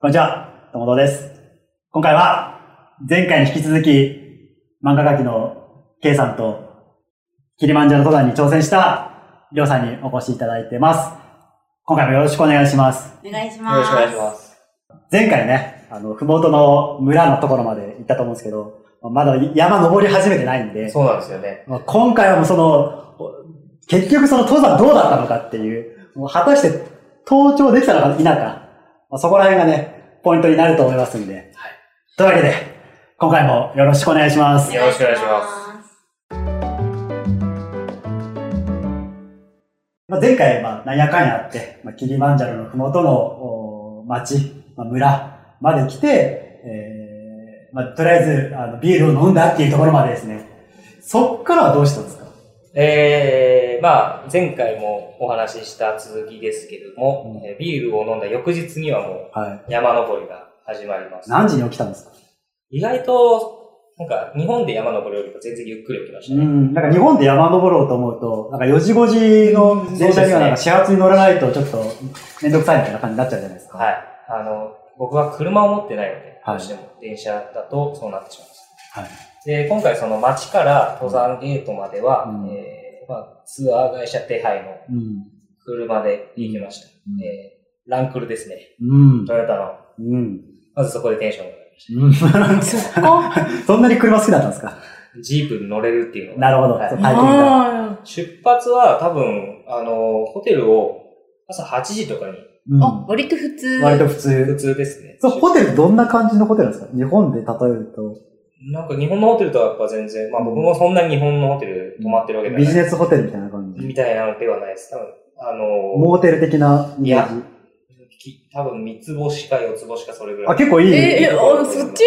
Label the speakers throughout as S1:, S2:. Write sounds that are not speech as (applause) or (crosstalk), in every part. S1: こんにちは、友藤です。今回は、前回に引き続き、漫画描きの K さんと、キリマンジャロ登山に挑戦した、りょうさんにお越しいただいてます。今回もよろしくお願いします。
S2: お願いし
S3: よろ
S2: ま
S3: し
S2: す。。
S3: くお願いします。
S1: 前回ね、あの、ふもとの村のところまで行ったと思うんですけど、まだ山登り始めてないんで、
S3: そうなんですよね。
S1: まあ今回はもうその、結局その登山どうだったのかっていう、もう果たして登頂できたのか否か、まあそこら辺がね、ポイントになると思いますんで。
S3: はい
S1: というわけで、今回もよろしくお願いします。
S3: よろしくお願いします
S1: まあ、前回、まあ、なんやかんやあって、まあ、キリマンジャロのふもとのお町、まあ、村まで来て、えーまあ、とりあえずあのビールを飲んだっていうところまでですね。そっからはどうしたんですか
S3: えー、まあ、前回もお話しした続きですけども、
S1: うん
S3: えービールを飲んだ翌日にはも
S1: はい。
S3: う山登りが始まります。
S1: 何時に起きたんですか
S3: 意外と、なんか、日本で山登るよりも全然ゆっくり起きました
S1: う
S3: ね。
S1: ん、なんか日本で山登ろうと思うと、なんか4時5時の電車にはなんか始発に乗らないとちょっとめんどくさいみたいな感じになっちゃうじゃないですか。
S3: はい。あの、僕は車を持ってないので、
S1: はい
S3: どうしても電車だとそうなってしまいます。
S1: はい
S3: で、今回その町から登山ゲートまでは、
S1: うん
S3: えーまあ、ツアー会社手配の
S1: うん。
S3: 車で行きました。えーランクルですね。
S1: うん。
S3: トヨタの
S1: うん。
S3: まずそこでテンションが上がりまし
S1: うん。
S2: そっか。
S1: そんなに車好きだったんですか
S3: た。ジープに乗れるっていうのが。
S1: なるほど。
S3: はい
S1: そう体験が。
S2: あ
S3: 出発は多分、あの、ホテルを朝8時とかに、
S1: うん
S2: ーあ、割と普通。
S1: 割と普
S3: 普
S1: 通。
S3: 通ですね。
S1: そう、ホテルどんな感じのホテルなんですか日本で例えると。
S3: なんか日本のホテルとはやっぱ全然、まあ僕もそんなに日本のホテル泊まってるわけじゃない。
S1: ビジネスホテルみたいな感じ。
S3: みたいなのではないです。多分、あの、
S1: モーテル的なイメージ。
S3: き多分三つ星か四つ星かそれぐら
S1: あ、
S3: い。
S1: 結構いい。
S2: え、え、あ、
S3: うん
S2: そっちそっち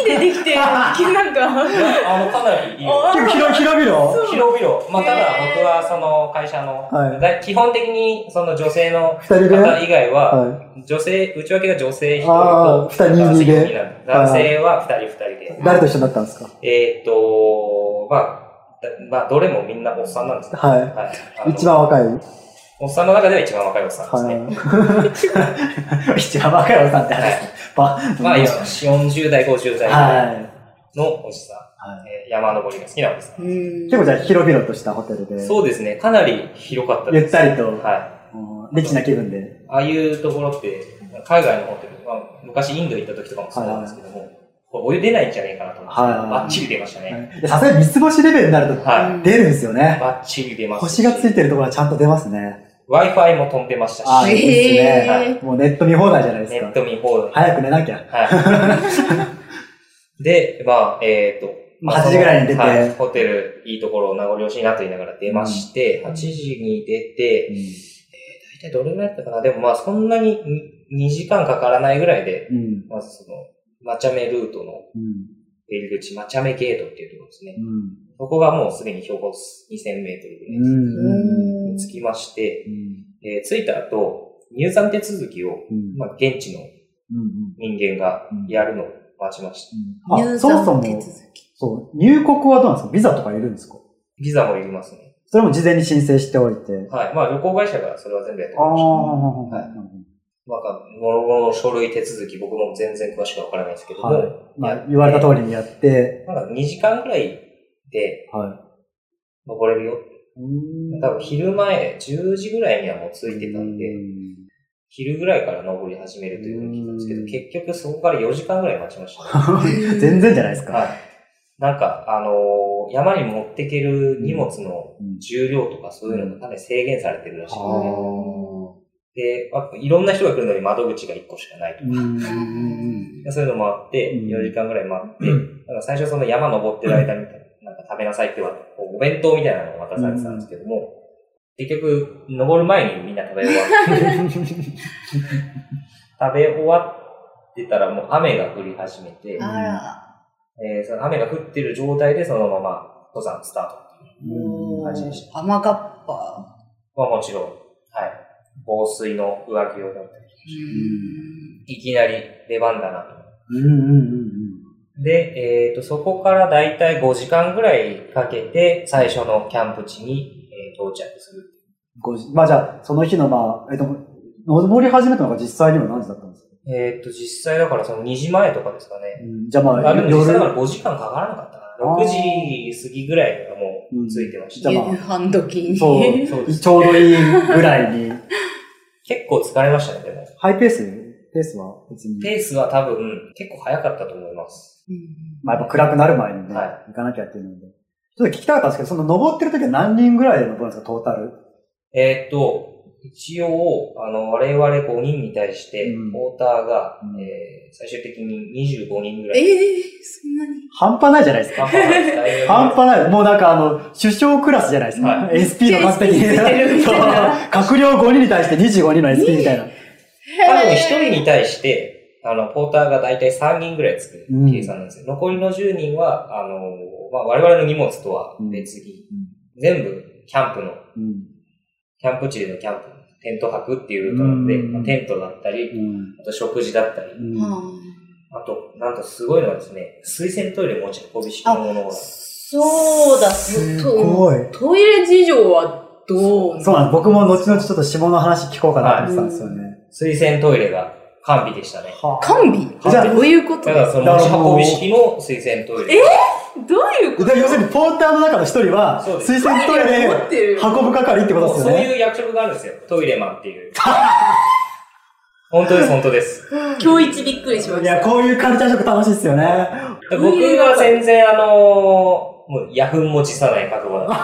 S2: 木でできてる、木なんか。
S3: (laughs) あの、かなりいい。
S2: あ
S1: 結構広広々
S2: そう
S3: 広々。まあ、ただ
S2: へー
S3: 僕はその会社の、
S1: はい
S3: だ基本的にその女性の
S1: 二人で
S3: 方以外は、
S1: は
S3: 女性、内訳が女性1人
S1: あー
S3: と、
S1: 二人
S3: 男性
S1: で
S3: 一人なんで男性は2人2人で
S1: い。。誰と一緒になったんですか
S3: えーっと、まあ、だまあ、どれもみんなおっさんなんですね。
S1: は
S3: はいあ
S1: い。
S3: の
S1: 一番若い。
S3: おっさんの中では一番若いおっさんですね。
S1: はい。一番若いおさんってあれですば、
S3: まあ、よし40代、50代ぐらい
S1: は
S3: のおじさん、
S1: い。
S3: えー山登りが好きなおじさん。
S1: 結構じゃあ広々としたホテルで、
S3: そうですね、かなり広かった
S1: ゆ
S3: で
S1: っ
S3: す。
S1: たりと、
S3: はい。
S1: リッチな気分で。
S3: ああいうところって、海外のホテル、まあ、昔インド行った時とかもそうなんですけども、これお湯出ないんじゃねえかなと思って、
S1: はいはいはい
S3: バッチリ出ましたね。
S1: でさすがに三つ星レベルになると
S3: はい。
S1: 出るんですよね。
S3: バッチリ出ます
S1: 星がついてるところはちゃんと出ますね。
S3: Wi-Fi も飛んでました
S1: ああ、い
S3: し、
S1: いです
S3: へ
S1: ね。もうネット見放題じゃないで
S3: ネ
S1: す
S3: ッ
S1: か。
S3: ト見放題。
S1: 早く寝なきゃ。
S3: はい。で、まあ、えっ、と、
S1: まあ8時ぐらいに出て
S3: はいホテル、いいところ、名残惜しいなと言いながら出まして、8時に出て、大体どれぐらいだったかなでもまあ、そんなに2時間かからないぐらいで、
S1: うん。うん。
S3: まずその、マチャメルートの
S1: うん。
S3: 入り口、マチャメゲートっていうところですね。
S1: うん。
S3: そこがもうすでに標高2000メートルぐらいです
S1: うん。
S3: に着きまして、
S1: うん。
S3: えー着いた後、入山手続きを、
S1: うん。
S3: まあ、現地の
S1: うん。
S3: 人間がやるのを待ちました。
S1: あ、そもそも、そう、入国はどうなんですかビザとかいるんですか
S3: ビザもいりますね。
S1: それも事前に申請しておいて。
S3: はい。まあ、旅行会社がそれは全部やってく
S1: あ
S3: れました。
S1: あ、
S3: はいまあ、物の書類手続き、僕も全然詳しくはわからないですけども、
S1: はいまあ、言われた通りにやって、
S3: なんか2時間くらいで
S1: は
S3: 登れるよ。
S1: い。うん
S3: 多分昼前、10時ぐらいにはもう着いてたんで、昼ぐらいから登り始めるというふうに聞いたんですけ
S1: う
S3: ど、
S1: ん
S3: 結局そこから4時間ぐらい待
S1: (laughs)
S3: ちました、ね。
S1: 全然じゃないですか。
S3: はい。なんか、あのー山に持ってける荷物の
S1: うん
S3: 重量とかそういうのがかなり制限されてるらしい
S1: あ
S3: ので、
S1: ー
S3: で、まあいろんな人が来るのに窓口が1個しかないと
S1: う
S3: か、
S1: ん
S3: そういうのもあって、
S1: うん
S3: 4時間ぐらい
S1: (clears throat)
S3: 待って、なんか最初その山登ってる間に、なんか食べなさいって言われて、こうお弁当みたいなのを渡されてたんですけども、結局、登る前にみんな食べ
S1: (laughs)
S3: 終わって、食べ終わってたらもう雨が降り始めて、
S1: あ
S2: あら。
S3: えーその雨が降ってる状態でそのまま登山スタートっていう
S1: うん
S3: 感じでした。
S2: 甘がっぱ。
S3: まあもちろん、はい。防水の上着を持って、
S1: ん
S3: いきなり出番だなと。
S1: うんうんうん
S3: で、えっ、と、そこからだいたい5時間ぐらいかけて、最初のキャンプ地に、えー到着する。
S1: ごじまあじゃあ、その日のまあ、えっと、登り始めたのが実際には何時だったんですか、
S3: えーっと、実際だからその2時前とかですかね。
S1: うん、じゃあまあ、
S3: あ、でも実際だか
S1: 夜、
S3: ら5時間かからなかったか
S1: あ
S3: な。
S1: ー
S3: 6時過ぎぐらいがもうついてました。
S1: うんじゃあまあ
S2: 夕飯時に。
S1: そう
S3: そうです
S1: ちょうどいいぐらいに、
S3: 結構疲れましたね、でも。
S1: ハイペースペースは別に。
S3: ペースは多分結構早かったと思います。
S2: うん
S1: まあやっぱ暗くなる前にね、
S3: はい
S1: 行かなきゃっていうので。ちょっと聞きたかったんですけど、その登ってる時は何人ぐらいで登るんですか、トータル。
S3: えーっと、一応、あの、我々5人に対して、
S1: うん
S3: ポーターが、
S1: うん
S3: えー最終的に25人ぐらい。
S2: ええそんなに
S1: 半端ないじゃないですか。
S3: 半端ないですだいぶ
S1: 半端ない。もうなんかあの、首相クラスじゃないですか。
S3: は
S1: SP の数的に。
S2: SP ついてるみ
S1: そ
S2: た
S1: う
S2: いな。
S1: 閣僚5人に対して25人の SP みたいな。
S3: 多分1人に対して、あの、ポーターが大体3人ぐらいつく計算なんですよ。残りの10人は、あの、まあ、我々の荷物とは別に、全部キャンプの、
S1: うん。
S3: キャンプ地でのキャンプ、テント泊っていうルートなんで、
S1: うん
S3: まあテントだったり、
S1: うん。
S3: あと食事だったり、
S1: うん
S2: は
S3: あと、なんとすごいのはですね、水洗トイレ持ち運び式のもの
S2: あ
S3: が。
S2: そうだ、
S1: す
S2: と
S1: ごい。
S2: トイレ事情はどう
S1: そうなんです。僕も後々ちょっと下の話聞こうかなと思ってたんですよね。
S3: 水洗トイレが完備でしたね。
S1: はあ
S2: 完備
S1: じゃあ
S2: どういうこと
S3: だからその持ち運び式の水洗トイレ。
S2: どういうこ
S1: で要するに、ポーターの中の一人は、
S3: そうです
S1: 推薦
S2: と
S1: トイレ
S2: 持ってる
S1: 運ぶ係ってこと
S3: も
S1: です
S3: うそ
S1: よ
S3: う
S1: ね。
S3: いう役職があるんですよ。トイレマンって
S1: (laughs)
S3: いう。本当です、本当です。
S2: 今日一びっくりしま
S1: い
S2: した。
S1: や、こういうカルチャーショック楽しいですよね。
S3: 僕は全然あのー、もうヤフンも辞さない覚悟だっ
S2: う
S3: た。
S2: ん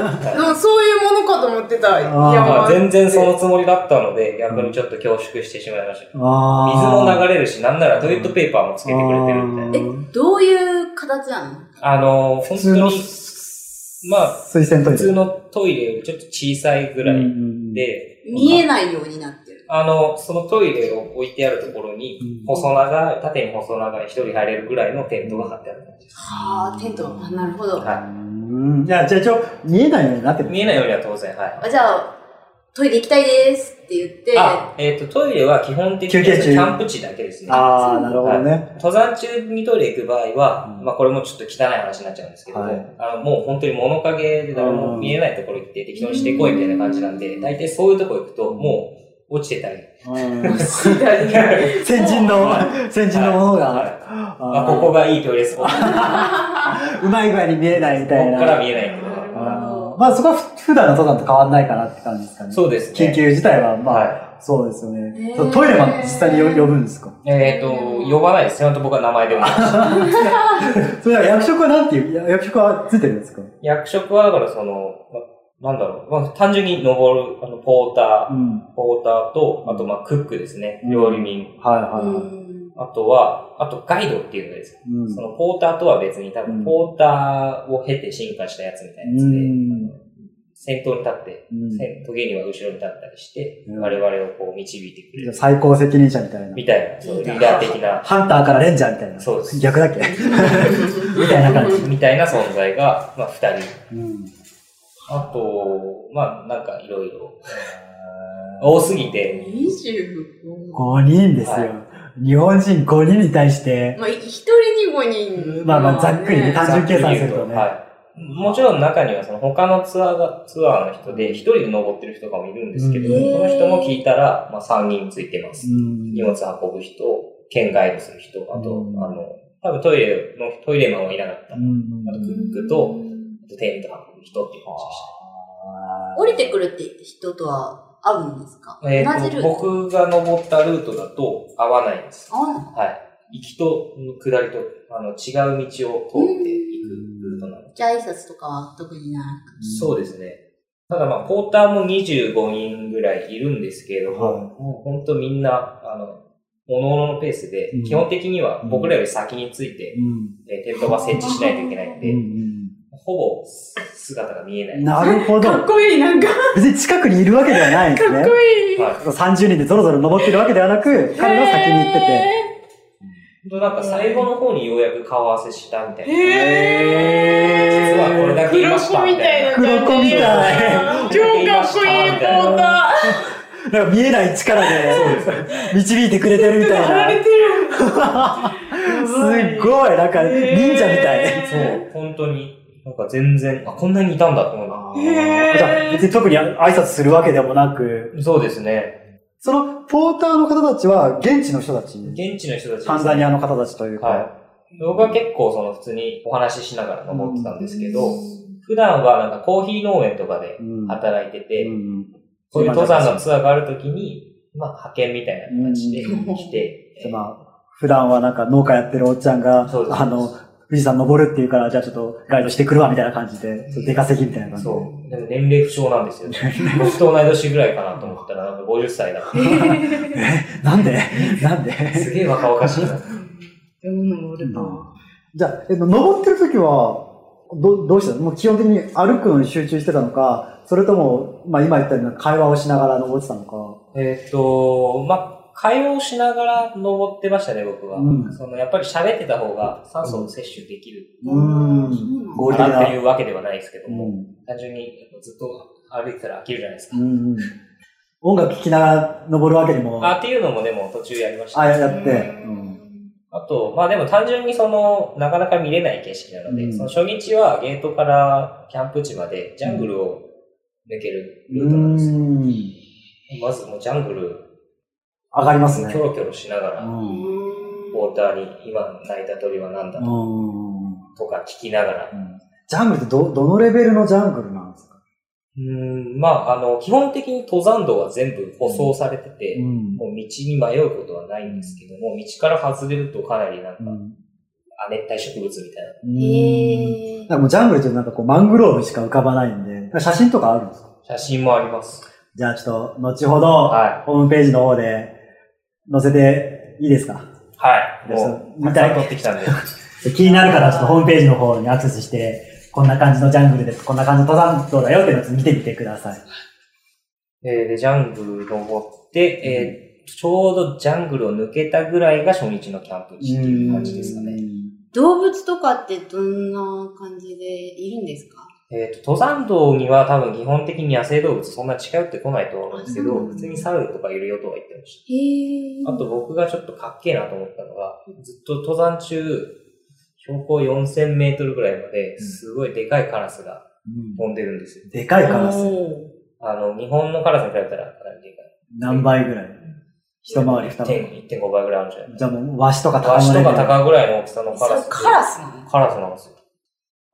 S2: そういうものかと思ってた。いや
S1: あー
S3: まあ全然そのつもりだったので、逆にちょっと恐縮してしまいました。
S1: あ
S3: 水も流
S1: れ
S3: れるし、なんならトイレットペーパーもつけてくれてるみたいな。
S1: い
S2: どういう形なの
S3: あのー、
S1: 普
S3: 本
S1: 通
S3: 当
S1: の、
S3: にまあ
S1: 推薦トイレ。
S3: 普通のトイレよりちょっと小さいぐらいで、
S2: 見えないようになってる。
S3: あの、そのトイレを置いてあるところに、細長い、縦に細長い、一人入れるぐらいのテントが張ってある感じです。
S2: はあ、テント。あなるほど。
S3: は
S1: うん。いや、じゃあ一応、見えないようになってる。
S3: い。見えないようには当然、はい。
S2: あじゃあ、トイレ行きたいですって言って、
S3: あ、えっ、と、トイレは基本的
S1: 休
S3: に
S1: 憩中
S3: キャンプ地だけですね。
S1: ああ、なるほどね。
S3: 登山中にトイレ行く場合は、
S1: うん
S3: まあこれもちょっと汚い話になっちゃうんですけども、
S1: はい
S3: あのもう本当に物陰で誰も見えないところ行って適当にしてこいみたいな感じなんで、大体そういうとこ行くと、もう落ちてたり、
S1: うん
S2: 左に
S1: 先人の、先人のものが、
S3: はい
S1: あ
S3: (laughs) あここがいいトイレスポット
S1: ーうまい具合に見えないみ
S3: こ
S1: たい
S3: こから
S1: な。
S3: 見えないけど。
S1: あーまあそこはふ普段の登山と変わんないかなって感じですかね。
S3: そうです
S1: 緊
S3: ね。
S1: 急自体は、まあ、
S3: は
S1: そうですよね
S2: ね。
S1: そうトイレマン実際によ呼ぶんですか
S3: い。えっ、と、呼ばないです。ちゃんと僕は名前
S1: (laughs)
S3: でも。
S1: それは役職はなんていう、や役職はついてるんですか
S3: 役職は、だからその、まなんだろう。まあ、単純に登る、あの、ポータ
S1: う
S3: ー、
S1: ん。
S3: ポーターと、あと、まあ、クックですね。料理人。
S1: はいは
S2: う
S1: いはい。
S2: ん
S3: あとは、あと、ガイドっていうのです。
S1: うん。
S3: その、ポーターとは別に、多
S1: うん
S3: 分、ポーターを経て進化したやつみたいなやつで、先頭に立って、
S1: うん
S3: 先時には後ろに立ったりして、
S1: うん
S3: 我々をこう、導いてくれる。
S1: 最高責任者みたい
S3: み
S1: な。
S3: たいな、そう、リーダー的な、
S1: ハンターからレンジャーみたいな。
S3: そうです
S1: 逆だっけみたいな感じ。
S3: みたいな存在が、まあ、二人。
S1: うん。
S3: あと、まあ、なんかいろいろ。多すぎて、
S2: 25
S1: 5人ですよ
S3: は。
S1: 日本人5人に対して、
S2: まあ、一人に5人。
S1: まあまあざっくりね単純計算するとね
S3: はい。もちろん中にはその他のツアーが、ツアーの人で一人で登ってる人とかもいるんですけど、
S2: うん
S3: その人も聞いたら、まあ3人ついてます。
S1: うん
S3: 荷物運ぶ人、県外にする人、あと、
S1: うん
S3: あの、多分トイレの、トイレマンはいなかった。
S1: う
S3: あ
S1: ん
S3: とク
S2: うん
S3: ックと、あとテント運ぶ人っていう話でした。
S2: 降りてくるって人とは会うんですか
S3: え
S2: 同
S3: ー
S2: じルー
S3: と、
S2: ト
S3: 僕が登ったルートだと合わないんです。
S2: 会わない
S3: はい。行きと下りと、あの、違う道を通って行くルートなの。
S2: じゃあ挨拶とかは特にな
S3: そうですね。ただまあ、ポーターも25人ぐらいいるんですけれども、
S1: はい
S3: もう本当みんな、あの、おののペースで、
S1: うん
S3: 基本的には僕らより先について、
S1: うん
S3: えーテントは設置しないといけないん
S1: う
S3: で、
S1: ん
S3: ほぼ姿が見えな
S1: うん
S3: い。
S1: なるほ
S2: い。
S1: ど。
S2: こいい、なんか。か
S1: 別に近くにいるわけではないんですね。
S2: い
S3: はい。
S1: 30人でぞろぞろ登ってるわけではなく、彼が先に行ってて。
S3: 本当なんか最後の方にようやく顔合わせしたみたいな。
S1: へ
S3: 実はこれだけいましたみたいな。
S1: 黒子みたい。
S2: タ
S1: なんか見えない力で (laughs) 導いてくれて
S3: (laughs)
S1: るみたいな。
S2: てる。
S1: すっごい、なんか忍者みたい。
S2: へ
S3: そう、本当に。なんか全然、あ、こんなにいたんだと思うな。
S1: あ
S2: へ
S1: ー
S2: ー
S1: じゃあ別に特に挨拶するわけでもなく、
S3: そうですね。
S1: そのポーターの方たちは現地の人たち、
S3: 現地の人たちですね
S1: タンザニアの方たちというか、
S3: はい。僕は結構その普通にお話ししながら登ってたんですけど、普段はなんかコーヒー農園とかで
S1: うん
S3: 働いてて、
S1: うん
S3: そういう登山のツアーがあるときに、まあ派遣みたいな形で
S1: うん
S3: 来て、
S1: でまあ、普段はなんか農家やってるおっちゃんが、
S3: そうです
S1: あの、富士山登るっていうから、じゃあちょっとガイドしてくるわ、みたいな感じで、ちょっと出稼ぎみたいな感じで。
S3: そう。でも年齢不詳なんですよ、 (laughs) ね。僕と同い年ぐらいかなと思ったら、なんか50歳だ。
S1: え、 (laughs) なんで (laughs) なんです
S3: げえ若々しいな。
S2: 山登ると。
S1: じゃあ、えっと、登ってる時は、どどうしたのもう基本的に歩くのに集中してたのか、それとも、まあ今言ったような会話をしながら登ってたのか。
S3: えーっと、まあ、会話をしながら登ってましたね、僕は。
S1: うん
S3: そのやっぱり喋ってた方が酸素を摂取できる。
S1: うん合理的
S3: かなってい
S1: な。
S3: うわけではないですけど
S1: う
S3: も、
S1: ん。
S3: 単純にずっと歩いてたら飽きるじゃないですか。
S1: うん。音楽聴きながら登るわけにも、
S3: あっていうのもでも途中やりました、
S1: あ、やって。
S2: う
S1: うん
S2: ん
S3: あと、まあでも単純にその、なかなか見れない景色なので、
S1: うん
S3: その初日はゲートからキャンプ地までジャングルを抜けるルートなんですよ。
S1: うん
S3: まずもうジャングル、
S1: 上がります
S3: キョ
S1: ね。
S3: ロキョロしなが
S1: う
S3: ら、
S1: ん。
S3: ウォーターに今泣いた鳥は何だ
S1: うん。
S3: とか聞きながら、
S1: ジャングルってど、どのレベルのジャングルなんですか
S3: うん、まああの、基本的に登山道は全部舗装されてて、
S1: ん
S3: もう道に迷うことはないんですけども、道から外れるとかなりなんか、亜熱帯植物みたいな。
S1: え
S2: へえ。
S1: もうジャングルっていうとなんかこうマングローブしか浮かばないんで、なんか写真とかあるんですか
S3: 写真もあります。
S1: じゃあちょっと、後ほど、
S3: は
S1: ホームページの方で載せていいですか
S3: い。はい。
S1: そう
S3: もう、
S1: 見
S3: たく
S1: たい
S3: さん撮ってきたんで。
S1: 気になる方、ちょっとホームページの方にアクセスして、こんな感じのジャングルです、こんな感じの登山道だよっていうのを見てみてください。
S3: (laughs) えーで、ジャングル登って、えーちょうどジャングルを抜けたぐらいが初日のキャンプ地っていう感じですかね。
S2: 動物とかってどんな感じでいるんですか
S3: えっと、登山道には多分基本的に野生動物そんな近寄ってこないとは思うんですけど、
S2: うん
S3: 普通に猿とかいるよとは言ってまし
S2: へえ。
S3: た。あと、僕がちょっとかっけえなと思ったのが、ずっと登山中、標高4000メートルぐらいまで、すごいでかいカラスが飛んでるんですよ。
S1: でかいカラス。
S2: お
S3: あの、日本のカラスに比べたらかなりでかい。
S1: 何倍ぐらい一回り二回り。
S3: 1.5 1.5倍ぐらいあるんじゃない
S1: じゃあもう、ワシとか
S3: ワシとか
S1: 高
S3: 高ぐらいの大きさの
S2: ー
S3: カラス
S2: そ
S3: で。
S2: れカラスなの
S3: カラスなんですよ。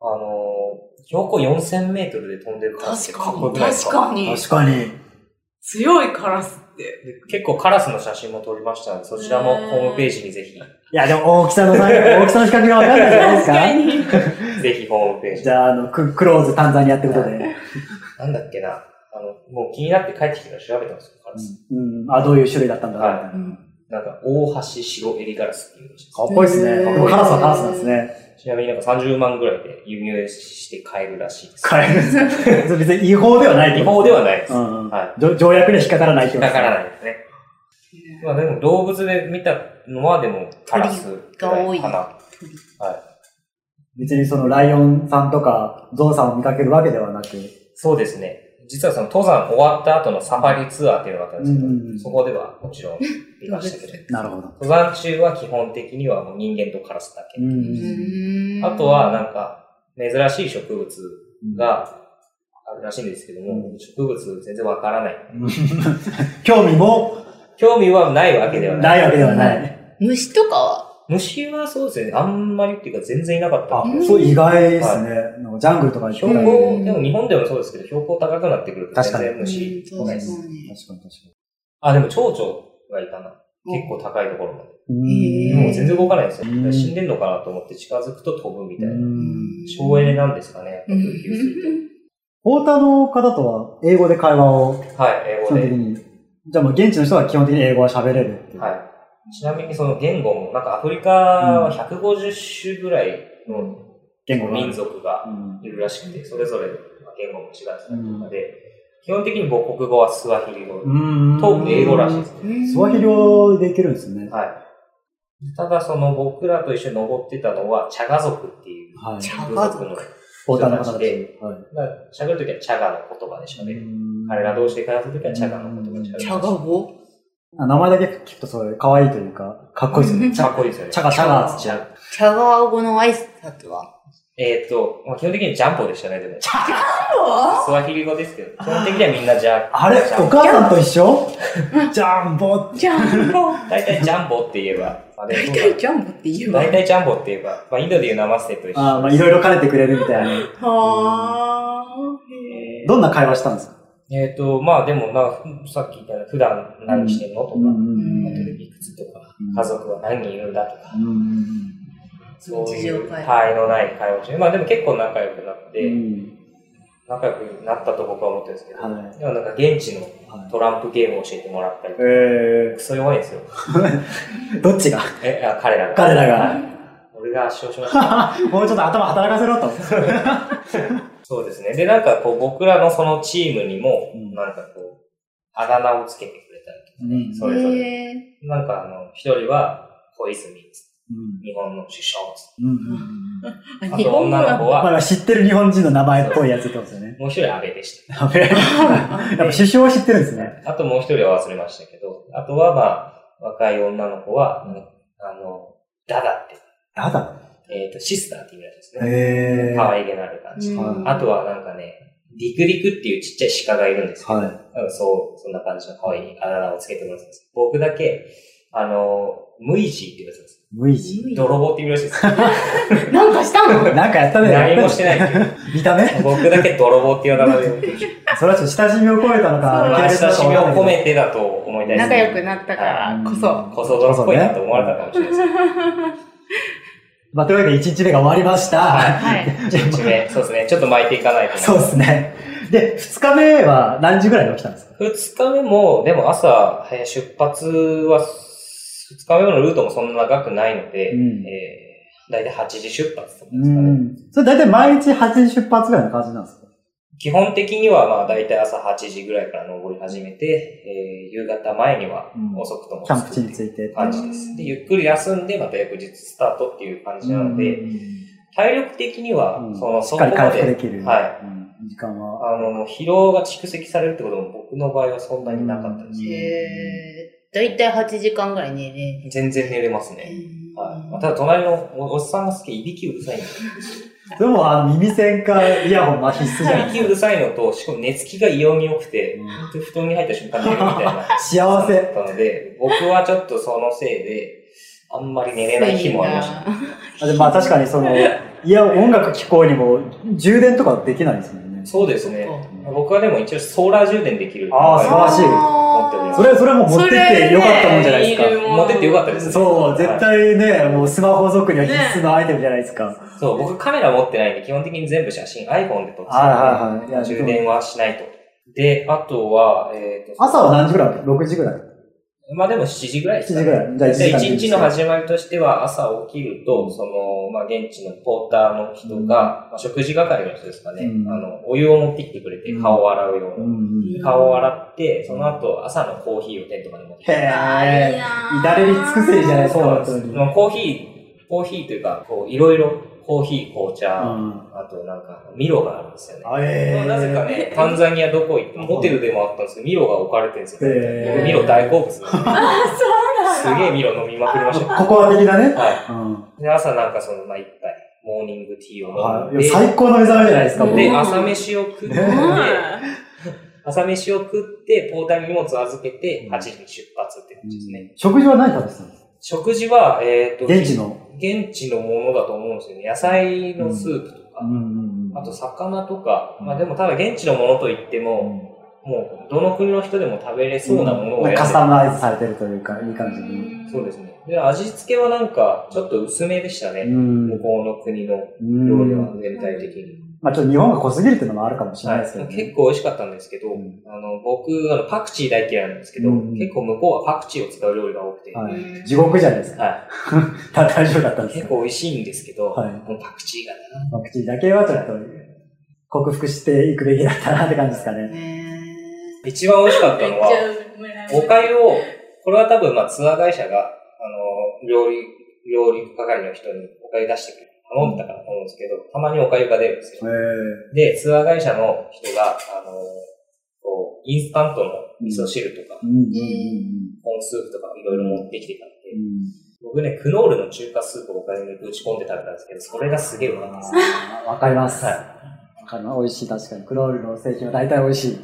S3: あのー、標高4000メートルで飛んでるカラス
S2: 確
S3: ってかっこ
S2: か
S3: よく
S2: に。
S3: ないです
S2: 確
S3: か
S2: かに。
S1: 確かに。
S2: 強いカラスって。
S3: で結構カラスの写真も撮りましたので、そちらもホームページに
S1: (laughs)
S3: ぜひ、
S1: いや、でも大きさの差、大きさの比較がわかんないじゃないです
S2: 確
S1: か。
S2: かに。
S3: ぜひホームページ
S1: じゃあ、あの、ククローズタンザニアってことで。
S3: なんだっけな、あの、もう気になって帰ってきたから調べたんですよ、カラス。
S1: うん。あ、どういう種類だったんだろうみたいな。
S2: うん
S3: なんか、大橋白エリガラスっていうらしいです
S1: かっこいいですね。
S2: へー
S1: でもカラスはカラスなんですね。
S3: ちなみになんか30万ぐらいで輸入して買えるらしいです。
S1: カエルです (laughs) か。それ別に違法ではないって
S3: 違
S1: こと
S3: 法ではないです。
S1: うんうん
S3: は
S1: 条条約には引っかからないって
S3: い。
S1: こと
S3: だ
S1: ですね
S3: からないですね。まあでも動物で見たのはでもカラスぐらかな。
S1: 別にそのライオンさんとかゾウさんを見かけるわけではなく。
S3: そうですね。実はその登山終わった後のサファリツアーっていうのがあったんですけど、
S1: うんうん
S3: そこではもちろん見ましたけど、
S1: なるほど。
S3: 登山中は基本的にはもう人間とカラスだけ。
S1: うん。
S3: あとはなんか珍しい植物があるらしいんですけども、植物全然わからない。
S1: うん (laughs) 興味も
S3: 興味はないわけではない。
S1: ないわけではない。
S2: 虫とかは
S3: 虫はそうですね、あんまりっていうか全然いなかった
S1: あ
S3: んで。、
S1: そう意外ですね。なんかジャングルとかに行
S3: 標
S1: ったら。
S2: う
S1: 確か
S2: ん
S3: 高、でも日本でもそうですけど、標高高くなってくると
S1: 確か
S3: 全
S1: に
S3: 然虫来ないです。
S1: に確かに。
S3: あ、でも蝶々がいたな。結構高いところまで。
S1: うん
S3: もう全然動かないんですよ。
S1: うん
S3: 死んでんのかなと思って近づくと飛ぶみたいな。
S1: うん
S3: 省エネなんですかね、やっぱ
S2: うん
S3: 空気薄い
S1: ポーターの方とは英語で会話を
S3: と。はい、英
S1: 基
S3: 語
S1: 本的
S3: で。
S1: に。じゃあもう現地の人は基本的に英語は喋れるっていう。
S3: はい。ちなみにその言語も、なんかアフリカは150種ぐらいの
S1: 言語が
S3: 民族が
S1: うん
S3: いるらしくて、それぞれ言語も違ってたりとかで、基本的に母国語はスワヒリ語
S1: うん
S3: と英語らしいです
S2: う
S3: ね。
S2: ん
S1: スワヒリ語でいけるんですね。
S3: はい。ただその僕らと一緒に登ってたのは、チャガ族っていう
S1: はい。
S2: チャ
S3: 部族の、
S1: ポーターの方たち。
S3: で
S1: はい
S3: まあ喋るときはチャガの言葉で喋る。彼ら同士で会話するときはチャガの言葉で喋る。
S2: 茶が語
S1: あ名前だけ聞くとそういう可愛いというか、かっこいいですよ
S2: う
S1: ね。
S2: ん
S1: チ
S3: かっ
S1: ャ
S3: こいいですよね。
S1: チャガチャガっつって
S3: チャ
S2: 茶が語の挨拶は
S3: えっ、と、まあ、基本的にジャンボでしたね、でも。
S2: も
S3: スワヒリ語ですけど、基本的にはみんなジャ
S1: あれ
S3: ジャ
S1: お
S3: ンボ
S1: 母さんと一緒ジャンボ
S2: うジャンボ。
S3: 大体ジャンボって言えば、まあ、で
S2: 大
S3: も
S2: 体ジャンボって言うわ。
S3: 大体ジャンボって言えば、まあ、インドでいうナマステと一緒。
S1: あーまあいろいろ兼ねてくれるみたいな。
S2: はー。へー
S1: どんな会話したんですか
S3: えっ、と、まあでもな、さっき言ったように普段何してんのとか、
S2: ん
S3: あといくつとか
S1: うん、
S3: 家族は何人いるんだとか、そう
S2: 日
S3: い
S2: 常
S3: う、
S2: 会話
S3: はいのない会話をして、まあでも結構仲良くなって、
S1: うん
S3: 仲良くなったと僕は思ってるんですけど、
S1: はい
S3: でもなんか現地の
S1: はい
S3: トランプゲームを教えてもらったり、
S1: え
S3: クソ弱いん
S1: (laughs)
S3: ですよ。
S1: ー、どっちが
S3: え、あ彼らが。
S1: 彼らが。 (laughs)
S3: 俺が圧勝しました。
S1: もうちょっと頭働かせろと。
S3: そうですね。で、なんかこう僕らのそのチームにも、
S1: うん
S3: なんかこう、あだ名をつけてくれたりとかね、
S1: うん
S3: それぞれ。
S2: へー
S3: なんかあの、一人は小泉、
S1: うん
S3: 日本の首相、
S1: うんうんうん
S2: あ
S3: あ
S2: 日
S3: と
S2: 本語
S3: 女の子
S2: が。
S1: まあ
S3: は、
S1: まあ知ってる日本人の名前っぽいやつってことですよ (laughs) ね。
S3: もう一人は安倍でした。
S1: やっぱ首相は知ってるんですね。
S3: あともう一人は忘れましたけど、あとはまあ、若い女の子は、あの、ダダって、
S1: やだ。
S3: えっ、と、シスターって意味らしいですね。
S1: へ
S3: 可愛げのある感じ。
S2: うん
S3: あとはなんかね、リクリクっていうちっちゃい鹿がいるんですけど、
S1: はい。
S3: なんかそう、そんな感じの可愛いあだ名をつけてもらってたんです。僕だけ、あの、ムイジーって言われてたんです。
S1: 無意識。
S3: (laughs) 泥棒って意味らしいです。
S1: (laughs)
S2: なんかしたの
S3: (laughs)
S1: なんかやったね。
S3: 何もしてないけど。
S1: 見た目
S3: 僕だけ泥棒っていうあだ名で呼んでる。
S1: それはちょっと親しみを込めたのか、
S3: まあ、親しみを込
S1: て。
S3: めてだと思いたいです
S2: 仲
S3: ね。
S2: 良くなったからこそ。
S3: こそ泥っぽいなと思われたかもしれない
S1: (laughs)
S3: です。
S1: まあ、というわけで1日目が終わりました。
S2: はい。
S3: 1日目、そうですね。ちょっと巻いていかないと。
S1: そうですね。で、2日目は何時ぐらいに起きたんですか
S3: 2日目も、でも朝、早い出発は、2日目のルートもそんな長くないので、
S1: うん
S3: えー、だいたい8時出発とか
S1: う
S3: ですかね。
S1: ん。それ大体毎日8時出発ぐらいの感じなんですか
S3: 基本的には、まあ、だいたい朝8時ぐらいから登り始めて、えー、夕方前には
S1: うん
S3: 遅くとも
S1: キャンプ地に
S3: 着
S1: 着いて
S3: く。感じです。で、ゆっくり休んで、また翌日スタートっていう感じなので、
S1: うん
S3: 体力的には、
S1: うん
S3: その、
S1: し
S3: そ
S1: っ
S3: こ
S1: かり
S3: ま
S1: 回復で
S3: で、
S1: きる、
S3: は
S1: うん時間は。
S3: あの、疲労が蓄積されるってことも僕の場合はそんなになかったです。
S2: えー、だいたい8時間ぐらい寝れ
S3: 全然寝れますね。はい。まあ、ただ、隣のおおっさんが好き、いびきうるさいんで。
S1: でも、あの耳栓かイヤホンは必須じ (laughs) ゃない
S3: い
S1: で
S3: びきう
S1: す
S3: るさいのと、しかも寝つきが異様に良くて、
S1: か。
S3: 本当に布団に入った瞬間寝るみたいな。
S1: 幸
S3: だっ
S1: せ。
S3: たので、僕はちょっとそのせいで、あんまり寝れない日もありました。
S1: あでもまあ確かにその、いや、音楽聴こうにも充電とかできないですもんね。
S3: そうですね。僕はでも一応ソーラー充電できる。
S1: あー素晴らしい
S3: 持ってる
S1: それはそれはもう持ってってよかったもんじゃないですか。
S3: 持ってってよかったですね
S1: そう、絶対ね、もうスマホ族には必須のアイテムじゃないですか。
S3: そう、僕カメラ持ってないんで、基本的に全部写真 iPhone で撮ってた
S1: はいはいはいいや。
S3: ので、充電はしないと。で、あとは、えっ、と、
S1: 朝は何時ぐらい ?6 時ぐらい。
S3: まあでも7時ぐらいですか
S1: 7
S3: ね。
S1: 時ぐらいじゃあ1
S3: で
S1: 時間
S3: 一日の始まりとしては、朝起きると、その、まあ現地のポーターの人が、まあ、食事係の人ですかね、
S1: うん
S3: あの、お湯を持ってきてくれて、
S1: うん
S3: 顔を洗うような。
S1: うん
S3: 顔を洗って、その後、朝のコーヒーをテントまで持ってき
S1: へ
S3: て。
S1: え。至れり尽くせりじゃないです
S3: そ
S1: か、
S3: うな
S1: 本
S3: んで
S1: 当
S3: す。
S1: に。
S3: まあコーヒー、コーヒーというか、こう、いろいろ、コーヒー、紅茶、
S1: うん
S3: あとなんか、ミロがあるんですよね。
S1: あえー
S3: なぜかね、タンザニアどこ行っても、ホテルでもあったんですけど、ミロが置かれてるんですよ。
S1: へー
S3: 僕ミロ大好物なんで。すげえミロ飲みまくりましたよ。
S1: ここは的だね。
S3: は
S1: うん。
S3: い。で、朝なんかその、まあ、一杯、モーニングティーを
S1: は
S3: 飲ん
S1: いいや、
S3: で
S1: 最高の目覚めじゃないですか、もう。
S3: で、
S2: うん
S3: 朝飯を食って、朝飯を食って、ポーターに荷物を預けて、8時に出発って感じですね。
S1: 食事は何食べてたんですか
S3: 食事は、えっ、と、
S1: 現地の。
S3: 現地のものだと思うんですよね。野菜のスープとか、
S1: ん
S3: あと魚とか、
S1: うん
S3: まあでもただ現地のものといっても、もうどの国の人でも食べれそうなものを
S1: ん
S3: 選
S1: カ
S3: ん
S1: ス
S3: で
S1: タマイズされてるというか、いい感じに。
S3: そうですね。で、味付けはなんか、ちょっと薄めでしたね。
S1: ん
S3: 向こうの国の
S1: うん
S3: 料理は全体的に。
S1: まあちょっと日本が濃すぎるっていうのもあるかもしれない
S3: はい
S1: ですけど、ね。
S3: 結構美味しかったんですけど、
S1: うん
S3: あの、僕、あの、パクチー大嫌いなんですけど、
S1: うん
S3: 結構向こうはパクチーを使う料理が多くて、
S1: は。
S3: はい
S1: 地獄じゃないですか。 (laughs) だ大丈夫だったん
S3: い。
S1: です
S3: 結
S1: か
S3: 構美味しいんですけど、
S1: はい
S3: もうパクチーがね
S1: まあ口だけはちょっと、克服していくべきだったなって感じですかね。
S3: 一番美味しかったのは、お粥を、これは多分まあツアー会社が、あの、料理、料理係の人にお粥出してくれ、頼んでたからと思うんですけど、たまにお粥が出るんですよ。
S1: え
S3: で、ツアー会社の人が、あの、こう、インスタントの味噌汁とか、
S1: うんうんうん
S3: コーンスープとかいろいろ持ってきてたんで、
S1: うん
S3: 僕僕ね、クノールの中華スープをおかずにぶち込んで食べたんですけど、それがすげえうまかったです。
S1: わかります。
S3: は
S1: わ、
S3: い
S1: かります。美味しい、確かに。クロールの製品は大体美味しい。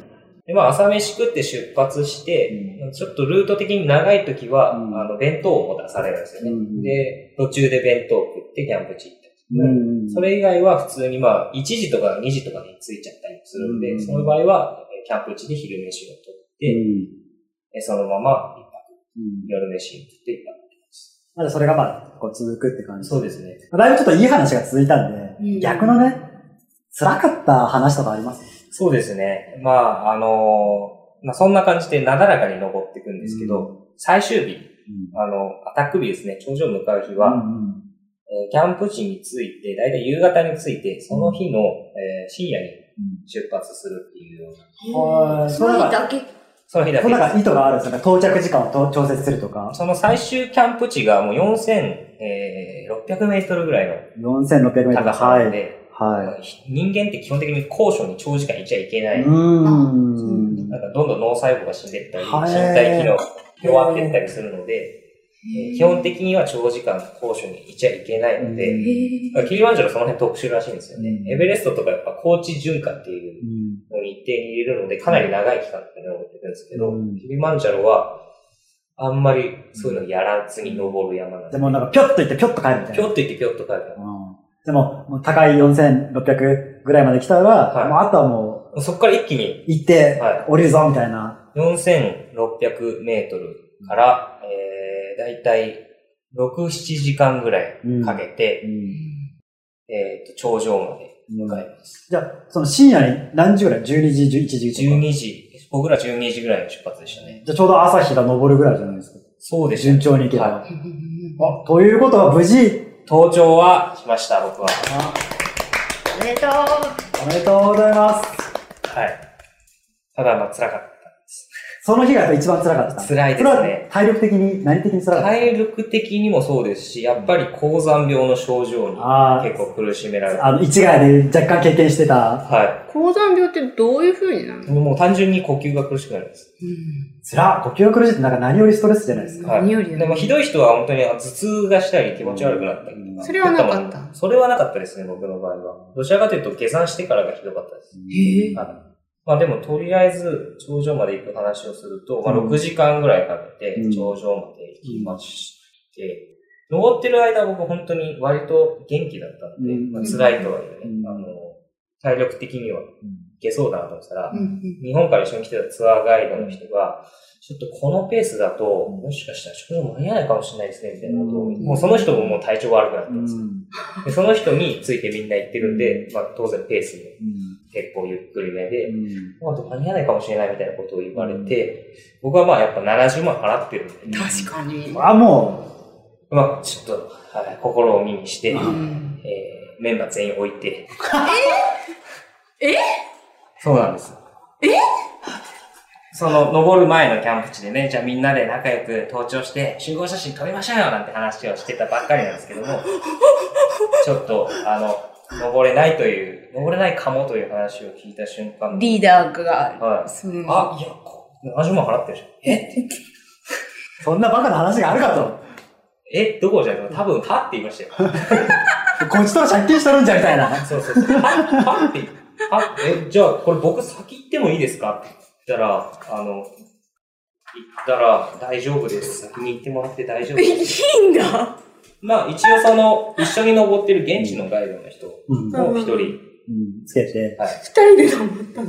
S3: で、まあ、朝飯食って出発して、ちょっとルート的に長い時は、
S1: うん
S3: あの、弁当を出されるんですよね。
S1: うん
S3: で、途中で弁当食ってキャンプ地行ったり
S1: うんうん
S3: それ以外は普通にまあ、1時とか2時とかに着いちゃったりするんで、
S1: うん
S3: その場合は、えーキャンプ地で昼飯をとって、
S1: うん
S3: えそのまま一泊、
S1: うん
S3: 夜飯を食って一泊って感じです。
S1: まだそれがまあ、こう続くって感じ。
S3: そうですね。
S1: だいぶちょっといい話が続いたんで、
S2: うん
S1: 逆のね、辛かった話とかあります
S3: そうですね。まあ、あのーまあ、そんな感じでなだらかに登っていくんですけど、最終日、あの、アタック日ですね、頂上向かう日は、
S1: うん
S3: えーキャンプ地に着いて、だいたい夕方に着いて、その日の、えー深夜に出発するっていうような、
S1: はい
S2: その日だけ。
S3: その日だ
S1: そ
S3: け
S1: の
S3: で
S1: なんか
S3: す。
S1: 意図があるんですよね。到着時間をと調節するとか、
S3: その最終キャンプ地がもう4600メートルぐらいの
S1: 4600メートル。
S3: 高さなの
S1: い。
S3: で、
S1: は。
S3: 人間って基本的に高所に長時間いちゃいけないい。
S1: うん。
S3: なんかどんどん脳細胞が死んでったり、
S1: はい
S3: 身体機能が弱ってったりするので、えー基本的には長時間高所にいちゃいけないの
S1: う
S3: で、
S1: ん
S2: へ
S3: だからキリマンジャロその辺特殊らしいんですよね。
S1: うん
S3: エベレストとかやっぱ高地循環っていう
S1: うん
S3: の日程に入れるので、かなり長い期間っていうのを持ってるんですけど、
S1: うん
S3: キリマンジャロは、あんまりそういうのやらずに登る山なん
S1: で
S3: で、
S1: もなんか、ぴょっと行って、ぴょっと帰るみたい
S3: ぴ
S1: な
S3: ょ。っと行ってぴょっと帰る。
S1: うんでも、もう高い4600ぐらいまで来たら、
S3: はい
S1: もうあとはも
S3: そこから一気に
S1: う、行って
S3: は、
S1: 降りるぞ、みたいな。
S3: 4600メートルから、えー、だいたい6、7時間ぐらいかけて、えっ、と、頂上まで向かいます。
S1: じゃあ、その深夜に何時ぐらい ?12 時、11時、1時とか。
S3: 12時、僕ら12時ぐらいの出発でしたね。
S1: じゃあちょうど朝日が昇るぐらいじゃないですか。
S3: そうでしたね
S1: 順調に行けば。
S2: ー
S3: は
S1: あ、ということは無事、
S3: 登頂はしました、僕は。
S2: おめでとう。
S1: おめでとうございます。
S3: はい。ただ、まあ、辛かったです。
S1: その日がやっぱ一番辛かった。
S3: 辛い
S1: それ
S3: です
S1: は
S3: ね。
S1: 体力的に、何的に辛かっ
S3: 体力的にもそうですし、やっぱり高山病の症状に
S1: た。ああ
S3: 結構苦しめられ
S1: あの、一概で若干経験してた。
S3: は
S2: 高山病ってどういう風になる
S3: い。
S2: の
S3: もう単純に呼吸が苦しくなります。
S1: 辛っ呼吸が苦しいってなんか何よりストレスじゃないですか。
S3: はい
S2: 何より
S3: でもひどい人は本当に頭痛がしたり気持ち悪くなったりとか。
S2: それはなかった
S3: それはなかったですね、僕の場合は。どちらかというと下山してからがひどかったです。
S2: へえ
S3: はいまあでも、とりあえず、頂上まで行く話をすると、まあ
S1: うん
S3: 6時間ぐらいかけて
S1: うん、
S3: 頂上まで行きまして、登ってる間僕本当に割と元気だったので、
S1: うん
S3: まあ辛いとはいえね、
S1: うん
S3: あの、体力的にはいうけそうだなと思ってたら、
S2: うん
S3: 日本から一緒に来てたツアーガイドの人が、ちょっとこのペースだと、もしかしたら食事間に合わないかもしれないですね、みたいなことを、
S1: うん
S3: もうその人ももう体調が悪くなったん
S1: ん
S3: ですよ。でその人についてみんな行ってるんで、まあ当然ペースも
S1: うん
S3: 結構ゆっくりめで、
S1: うん
S3: まあ、間に合わないかもしれないみたいなことを言われて、僕はまあやっぱ70万払ってるんで、
S1: うん
S2: 確かに。
S1: あ、も
S3: まあちょっと、はい、心を身にして、え
S1: う
S2: うん
S3: ーメンバー全員置いて。
S2: ええ
S3: そうなんです。
S2: え
S3: その、登る前のキャンプ地でね、じゃあみんなで仲良く登頂して、集合写真撮りましょうよなんて話をしてたばっかりなんですけども、ちょっと、あの、登れないという、登れないかもという話を聞いた瞬間に、
S2: リーダーが、
S3: はい。
S2: その、
S3: あ、いや、こ70万払ってるじゃん。え
S1: う、そんなバカな話があるかと。
S3: え、どこじゃん多分、はって言いましたよ。
S1: こっちとら借金して (laughs) るんじゃみたいな。
S3: そうそうそう。は、はって言うは、え、じゃあ、これ僕先行ってもいいですかって言ったら、あの、行ったら、大丈夫です。先に行ってもらって大丈夫
S2: い
S3: です。
S2: いんだ。
S3: まあ、一応その、一緒に登ってる現地のガイドの人
S1: うん。う
S3: も一人。
S1: ん。つけて。
S2: 二人で登ったの。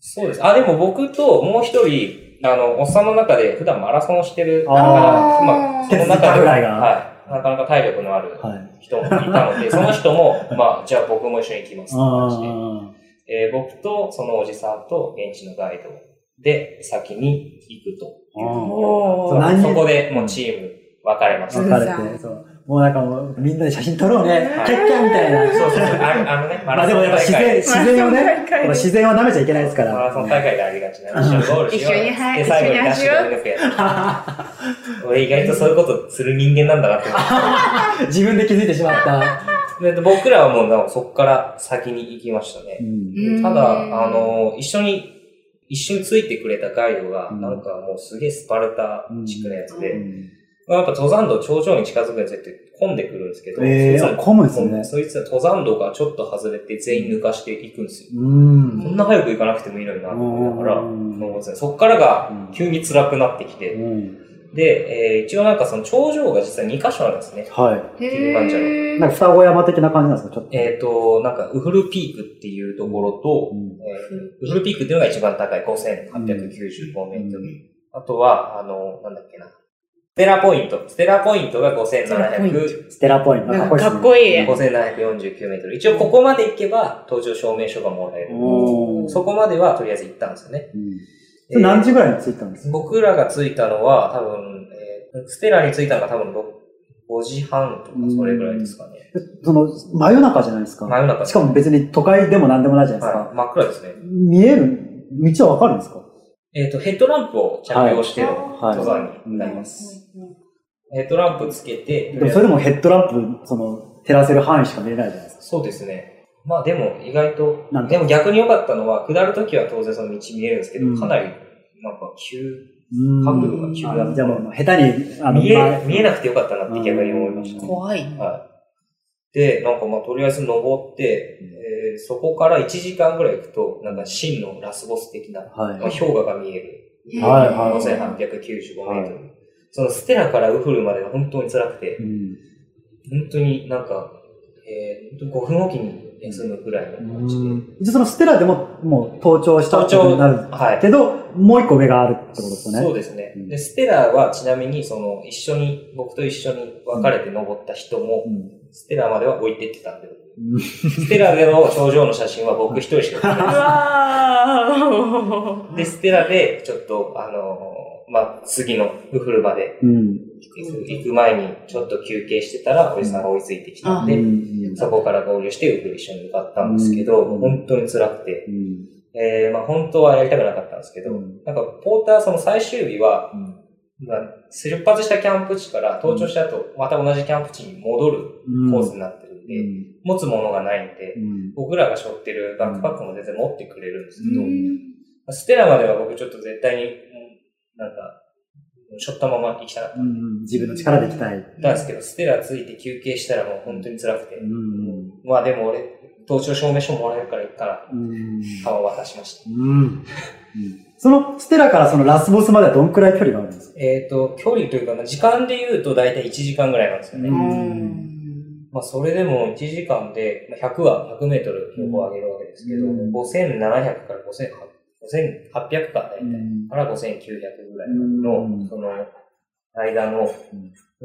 S3: そうです。あ、でも僕ともう一人、あの、おっさんの中で普段マラソンしてる、なかなか、まあ、その中
S1: 鉄
S3: で、
S1: ぐらいが
S3: はい。なかなか体力のある
S1: はい。
S3: 人もいた
S1: (laughs)
S3: ので、その人も、まあ、じゃあ僕も一緒に行きますって感じで、
S1: あ
S3: えー僕とそのおじさんと現地のガイドで先に行くと。
S2: お
S1: ー何
S3: そこでもうチーム分かれま
S1: あ。
S3: した。
S1: 分
S2: ん
S1: かれて。そう。もうなんかもう、みんなで写真撮ろうね。
S3: はい
S1: 結果みたいな。
S3: そうそうそう、ああのね、マ
S1: まあ
S3: ラ
S1: で
S3: ソ
S1: も
S3: ン
S1: やっぱ
S3: 大
S1: 自然、
S3: 会。
S1: 自然をね、
S2: マラ
S1: や
S2: ソ
S1: っ
S2: ン大会
S1: ぱ自然を舐めちゃいけないですか
S3: マ
S1: ら。
S3: ラソン大会でありがちな。
S1: うん
S3: 一緒にゴールしよう
S2: 一緒にはい
S3: で、最後に
S2: 一緒に
S3: ダッシ
S2: 走
S3: ュ
S2: ろう
S3: 全力やる。俺意外とそういうことする人間なんだなって思っ
S1: (laughs) 自分で気づいてしまった。
S3: て。で僕らはもうなおそこから先に行きましたね。
S1: うん
S2: うん
S3: ただ、あ、の、一緒に、一緒についてくれたガイドが、
S1: うん
S3: なんかもうすげえスパルタチックなやつで、まあ、やっぱ登山道頂上に近づくやつって混んでくるんですけど、
S1: え
S3: そい
S1: ー、
S3: つら
S1: 混むんですね。
S3: そいつら登山道からちょっと外れて全員抜かしていくんですよ。
S1: うん。
S3: こんな早く行かなくてもいいのになと思いながら、
S1: うん
S3: 登ってそっからが急に辛くなってきて、
S1: うん。
S3: で、えー一応なんかその頂上が実際2箇所あるんですね。
S1: は
S2: へ
S3: キリマンジャロ
S1: い。なんか双子山的な感じなんですか、ちょっと。
S3: えっ、と、なんかウフルピークっていうところと、
S1: うん
S3: えーウフルピークっていうのが一番高い5895メートル。あとは、あの、なんだっけな。ステラポイント。ステラポイントが5700、
S1: ステラポイント。
S2: なん
S1: か
S2: か
S1: っ
S2: かっ
S1: こいい
S2: こいい。
S3: 5749メートル。一応ここまで行けば、登場証明書がもらえ
S1: ですね。
S3: る。
S1: おー
S3: そこまではとりあえず行ったんですよね。
S1: うんそれ何
S3: え
S1: 時ぐらいに着いたんです
S3: ー
S1: か
S3: 僕らが着いたのは、多分、えーステラに着いたのが多分ろ5時半とかそれぐらいですかね。
S1: その、真夜中じゃないです
S3: 真
S1: か。
S3: 夜中
S1: しかも別に都会でも何でもないじゃないですか。
S3: はい、真っ暗ですね。
S1: 見える道はわかるんですか
S3: えっ、と、ヘッドランプを着用しての
S1: はい
S3: 登山になります。ヘッドランプつけて、
S1: でもそれでもヘッドランプ、その、照らせる範囲しか見れないじゃないですか。
S3: そうですね。まあでも意外と
S1: なん、か
S3: でも逆に良かったのは、下るときは当然その道見えるんですけど、
S1: うん
S3: かなり、なんか急、
S1: うん
S3: 角度が急だ
S1: あじゃあもう、下手に、あの、
S3: 見
S1: まあ
S3: え、見えなくてよかったなって逆に思いましたね。
S2: 怖い。
S3: はい。で、なんかまあとりあえず登って、えーそこから1時間ぐらい行くと、なんか真のラスボス的な、
S1: はい。
S3: まあ、氷河が見える。
S1: はいはい
S3: 5895メートル。そのステラからウフルまでが本当に辛くて、
S1: うん
S3: 本当になんか、えー、5分おきに休むぐらいの感じで。
S1: じゃあそのステラでも、もう、登頂したことになる
S3: はい。
S1: けど、もう一個上があるってことですよね。
S3: そうですね。
S1: うん
S3: で、ステラはちなみに、その、一緒に、僕と一緒に別れて登った人も、ステラまでは置いてってたんで、
S1: うん
S3: ステラでの頂上の写真は僕一人しか撮って
S2: う
S3: ない
S2: わ
S3: で
S2: ー
S3: す。で、ステラで、ちょっと、あのーまあ、次のウフルまで
S1: うん。
S3: 行く行く前に、ちょっと休憩してたら、おじさんが追いついてきたん
S1: う
S3: で、
S1: ん
S3: そこから合流してウフル一緒に向かったんですけど、
S1: うん
S3: 本当に辛くて、
S1: うん
S3: えー、まあ、本当はやりたくなかったんですけど、
S1: うん
S3: なんか、ポーターその最終日は、まあ、出発したキャンプ地から登頂した後、また同じキャンプ地に戻る
S1: うん
S3: コースになってるんで、
S1: うん
S3: 持つものがないんで、僕らが背負ってるバックパックも全然持ってくれるんですけど、ステラまでは僕ちょっと絶対に、うんなんか、背負ったまま行きたかっ
S1: うん自分の力でいきたい。
S3: たんですけど、ステラついて休憩したらもう本当に辛くて、
S1: うん
S3: まあでも俺、登頂証明書もらえるから行くから、
S1: うん
S3: 顔を渡しました。
S1: うんそのステラからそのラスボスまではどんくらい距離があるんですか
S3: えっ、と、距離というか、まあ時間で言うと大体1時間ぐらいなんですよね。
S1: うん
S3: まあ、それでも1時間で、まあ100は100メートル標高を上げるわけですけど、
S1: うん
S3: 5700から5800か、大体、
S1: うん
S3: から5900ぐらいの、
S1: うん
S3: その、間の、
S1: ん
S3: も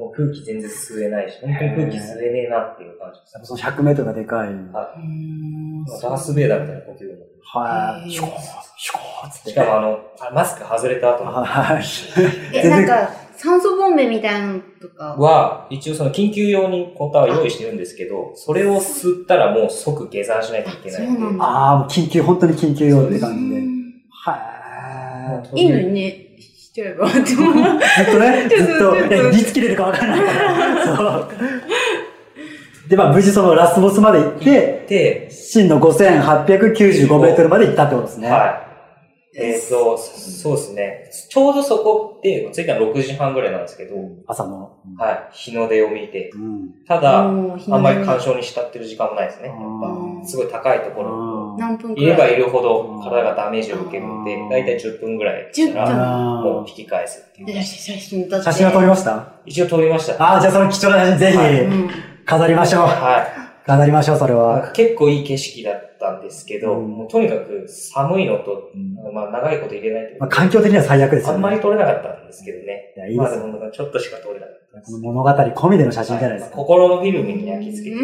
S3: う空気全然吸えないし、本当に空気吸えねえなっていう感じです。
S1: その100メートルがでかい。
S3: はいまあダース・ベイダーみたいな呼吸も。
S1: はい。
S2: へー
S1: シュコー、シュコーっつって。
S3: しかもあの、あマスク外れた後の
S1: はい。
S2: え、なんか、酸素ボンベみたいなのとか。
S3: は、一応その緊急用にコーターは用意してるんですけど、それを吸ったらもう即下山しないといけない
S2: あそうなんだ
S1: ああ、もう緊急、本当に緊急用って感じで。
S3: も
S1: は
S3: う
S2: いいのにね、しちゃえば。でも
S1: い。ずっとね、
S2: ちょっ
S1: (laughs) ずっ
S2: と
S1: と、
S2: ちょっと
S1: えいつ切れるかわからないから。そう。で、まあ、無事そのラスボスまで行って、
S3: で、
S1: 真の5895メートルまで行ったってことですね。
S3: はい。えっ、と、そそうですね。ちょうどそこって、着いたの6時半ぐらいなんですけど、
S1: 朝の。
S3: はい。日の出を見て。
S1: うん。
S3: ただ、あん
S2: もう日の
S3: まり
S2: 出
S3: 干渉に浸ってる時間もないですね。やっ
S1: あ
S3: ぱ、すごい高いところ。
S1: うん
S2: 何分く
S3: いれば
S2: らい
S3: いるほど体がダメージを受けるので
S1: うん、
S3: だいたい10分ぐらいした
S2: 10
S3: ら、
S1: あ
S3: もう引き返すっていう
S2: で。写真撮
S1: ー
S2: って。
S1: 写真は撮りました
S3: 一応通りました。
S1: ああ、じゃあその貴重な写真
S2: う
S1: ぜ
S2: ん
S1: ひ飾りましょう。
S3: はい。
S1: 飾りましょう、それ
S3: なん
S1: は。
S3: か結構いい景色だったんですけど、
S1: うん
S3: もうとにかく寒いのと、まあ長いこと入れないという
S1: ま
S3: か
S1: あ、環境的には最悪ですよ
S3: あ
S1: ね。
S3: んまり撮れなかったんですけどね。
S1: いや、いい
S3: ま
S1: で
S3: あ
S1: す
S3: で
S1: よ。
S3: も、ちょっとしか撮れなかったです
S1: この物語込みでの写真じゃないですか。
S3: 心のフィルムに焼き付けて。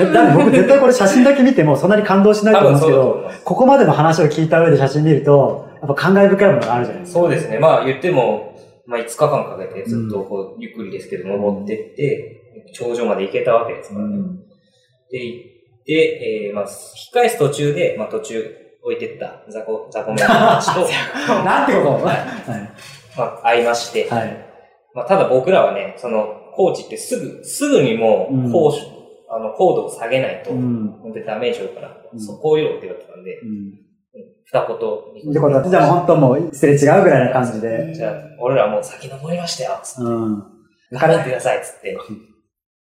S1: えだって僕
S3: (laughs)
S1: 絶対これ写真だけ見てもそんなに感動しないと
S3: 多
S1: 思うん
S3: 分
S1: ですけ
S3: そうだ
S1: ど、
S3: と思います。
S1: ここまでの話を聞いた上で写真見ると、やっぱ感慨深いものがあるじゃないです
S3: そうですね。まあ言っても、まあ5日間かけてずっとこう、ゆっくりですけど登ってって、頂上まで行けたわけです
S1: か。
S3: からね。で、行って、えー、まあ、引き返す途中で、まあ途中置いてった雑魚、雑魚めの話と、
S1: なんてことを
S3: は
S1: はい
S3: まあ会いまして、
S1: い。はい。
S3: まあただ僕らはね、その、コーチってすぐ、すぐにも
S1: うん
S3: う、高所あの、高度を下げないと、
S1: うん。
S3: 本当にダメージを負うから、
S1: うん
S3: そこをよって言われてたんで、二言、
S1: ってことは、じゃあもう本当もうすれ違うぐらいな感じで。
S3: じゃあ、俺らもう先登りましたよ、つって
S1: うん。
S3: 絡めてくださいっつって。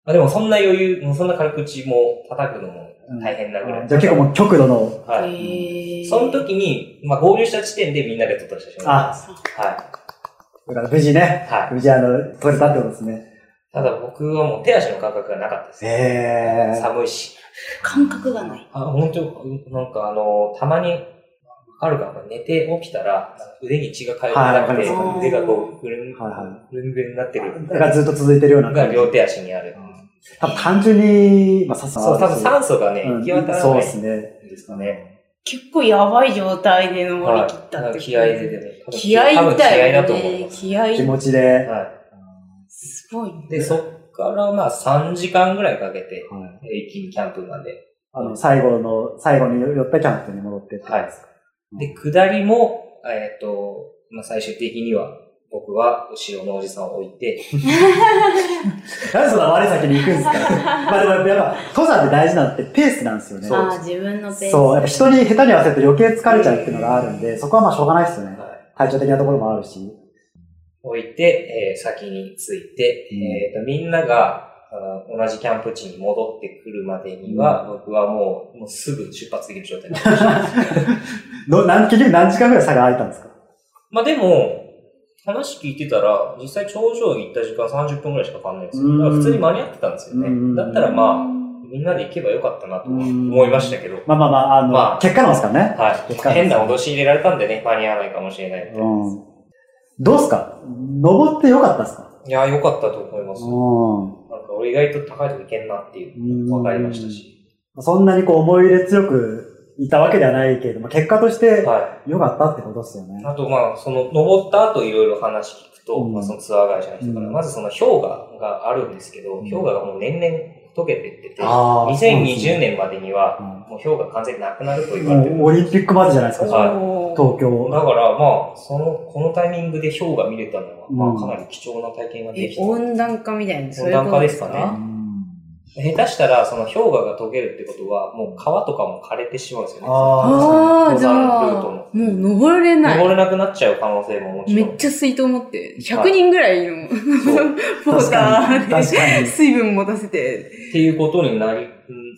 S3: まあでもそんな余裕、もうそんな軽口も叩くのも大変なぐらい。
S1: じゃあ結構もう極度の、
S3: は
S2: へ
S3: い。
S2: ー
S3: その時に、まあ合流した時点でみんなで撮った写真
S1: あ
S3: は
S1: だから無事ね、
S3: い。はい。
S1: 無事あの、取れたってことですね。
S3: ただ僕はもう手足の感覚がなかったです。
S1: ええ
S3: 寒いし。
S2: 感覚がない。
S3: あ、本当なんかあの、たまに、わかるかな寝て起きたら、腕に血が通ってなくて、
S1: はい
S2: わかる
S3: 腕がこう、ぐるん、
S1: はいは
S3: ぐるんぐるんになってる。
S1: だからずっと続いてるような
S3: が
S1: 感じ。
S3: 両手足にある。
S1: 多分単純に、まあ、さっさ
S3: そう、多分酸素がね、
S1: う
S3: 行
S1: ん
S3: き渡ら
S1: そう
S3: な
S1: で
S3: い
S1: すね。
S3: んですかね。
S2: 結構やばい状態で登り切った
S3: は
S2: っ
S3: い。
S2: て。
S3: 気合いで。ね。多分
S2: 気合い
S3: 多分気
S2: だ
S3: 合だ
S2: よ
S3: と思い
S2: ね
S3: ま。す。
S2: 気合
S1: 気
S2: い。
S1: 持ちで。
S3: は
S2: すごいね
S3: い。。で、そっからまあ3時間ぐらいかけて、
S1: はい
S3: 一気にキャンプまで。
S1: あの、最後の、最後に寄ったキャンプに戻ってってことですか。
S3: で、下りも、えっ、と、まあ最終的には、僕は後ろのおじさんを置いて、
S1: なんでそんな我先に行くんです
S3: (laughs)
S1: かまあでもやっぱ、登山って大事なのってペースなんですよね。
S3: そう
S2: あー自分のペース。
S1: そう、やっぱ人に下手に合わせると余計疲れちゃうっていうのがあるんで、そこはまあしょうがないですよね。
S3: はい
S1: 体調的なところもあるし。
S3: 置いて、えー先に着いて、
S1: うん
S3: えっ、と、みんなが、あー同じキャンプ地に戻ってくるまでには、僕はもう、もうすぐ出発できる状態になってました。
S1: の、なん、結局何時間ぐらい差が空いたんですか
S3: まあでも、話聞いてたら、実際頂上に行った時間30分くらいしかかかんないんです
S1: う
S3: よ。
S1: ん
S3: だから普通に間に合ってたんですよ
S1: う
S3: ね。
S1: ん
S3: だったらまあ、みんなで行けばよかったなとは思いましたけど、
S1: まあまあまあ、あの、
S3: まあ
S1: 結果なんですからね。
S3: はい。
S1: 結果
S3: 変な脅し入れられたんでね、間に合わないかもしれないみたいな。
S1: うん。どうっすか登ってよかったっすか
S3: いやー、よかったと思います。
S1: う
S3: なんか俺意外と高いとこ行けんなっていう、
S1: ん。
S3: わかりました。し。
S1: そんなにこう思い入れ強くいたわけではないけれども、結果として
S3: はい。
S1: 良かったってことですよね。
S3: あと、まあ、その、登った後いろいろ話聞くと、
S1: うん
S3: まあ、そのツアー会社の人から、
S1: うん
S3: まずその氷河があるんですけど、
S1: うん
S3: 氷河がもう年々溶けてってて、
S1: あー
S3: 2020年までには、もう氷河完全になくなると言われて
S1: も
S3: る。
S1: うオリンピックまでじゃないですか、
S3: はい
S2: そ
S1: 東京。
S3: だから、まあ、その、このタイミングで氷河見れたのは、
S1: う
S3: ま
S1: ん
S3: あ、かなり貴重な体験が
S2: う
S3: で
S2: え
S3: き、た。
S2: 温暖化みたいな。そう
S3: 温
S2: いう
S3: 暖
S2: こ
S3: 化
S2: と
S3: ですかね下手したら、その氷河が溶けるってことは、もう川とかも枯れてしまうんですよね。
S2: ああ、
S3: 登
S2: じゃ
S3: 山ル
S2: あ、
S3: ート
S2: もう登れない。
S3: 登れなくなっちゃう可能性ももち
S2: め
S3: ろ
S2: っ
S3: ん。
S2: ちゃ水筒持って、100人ぐらいの、
S3: そう
S2: ポー
S1: 確
S2: タ
S1: かに。
S2: ー
S1: 確か
S2: で、
S1: に。
S2: 水分持たせて、
S3: っていうことになり、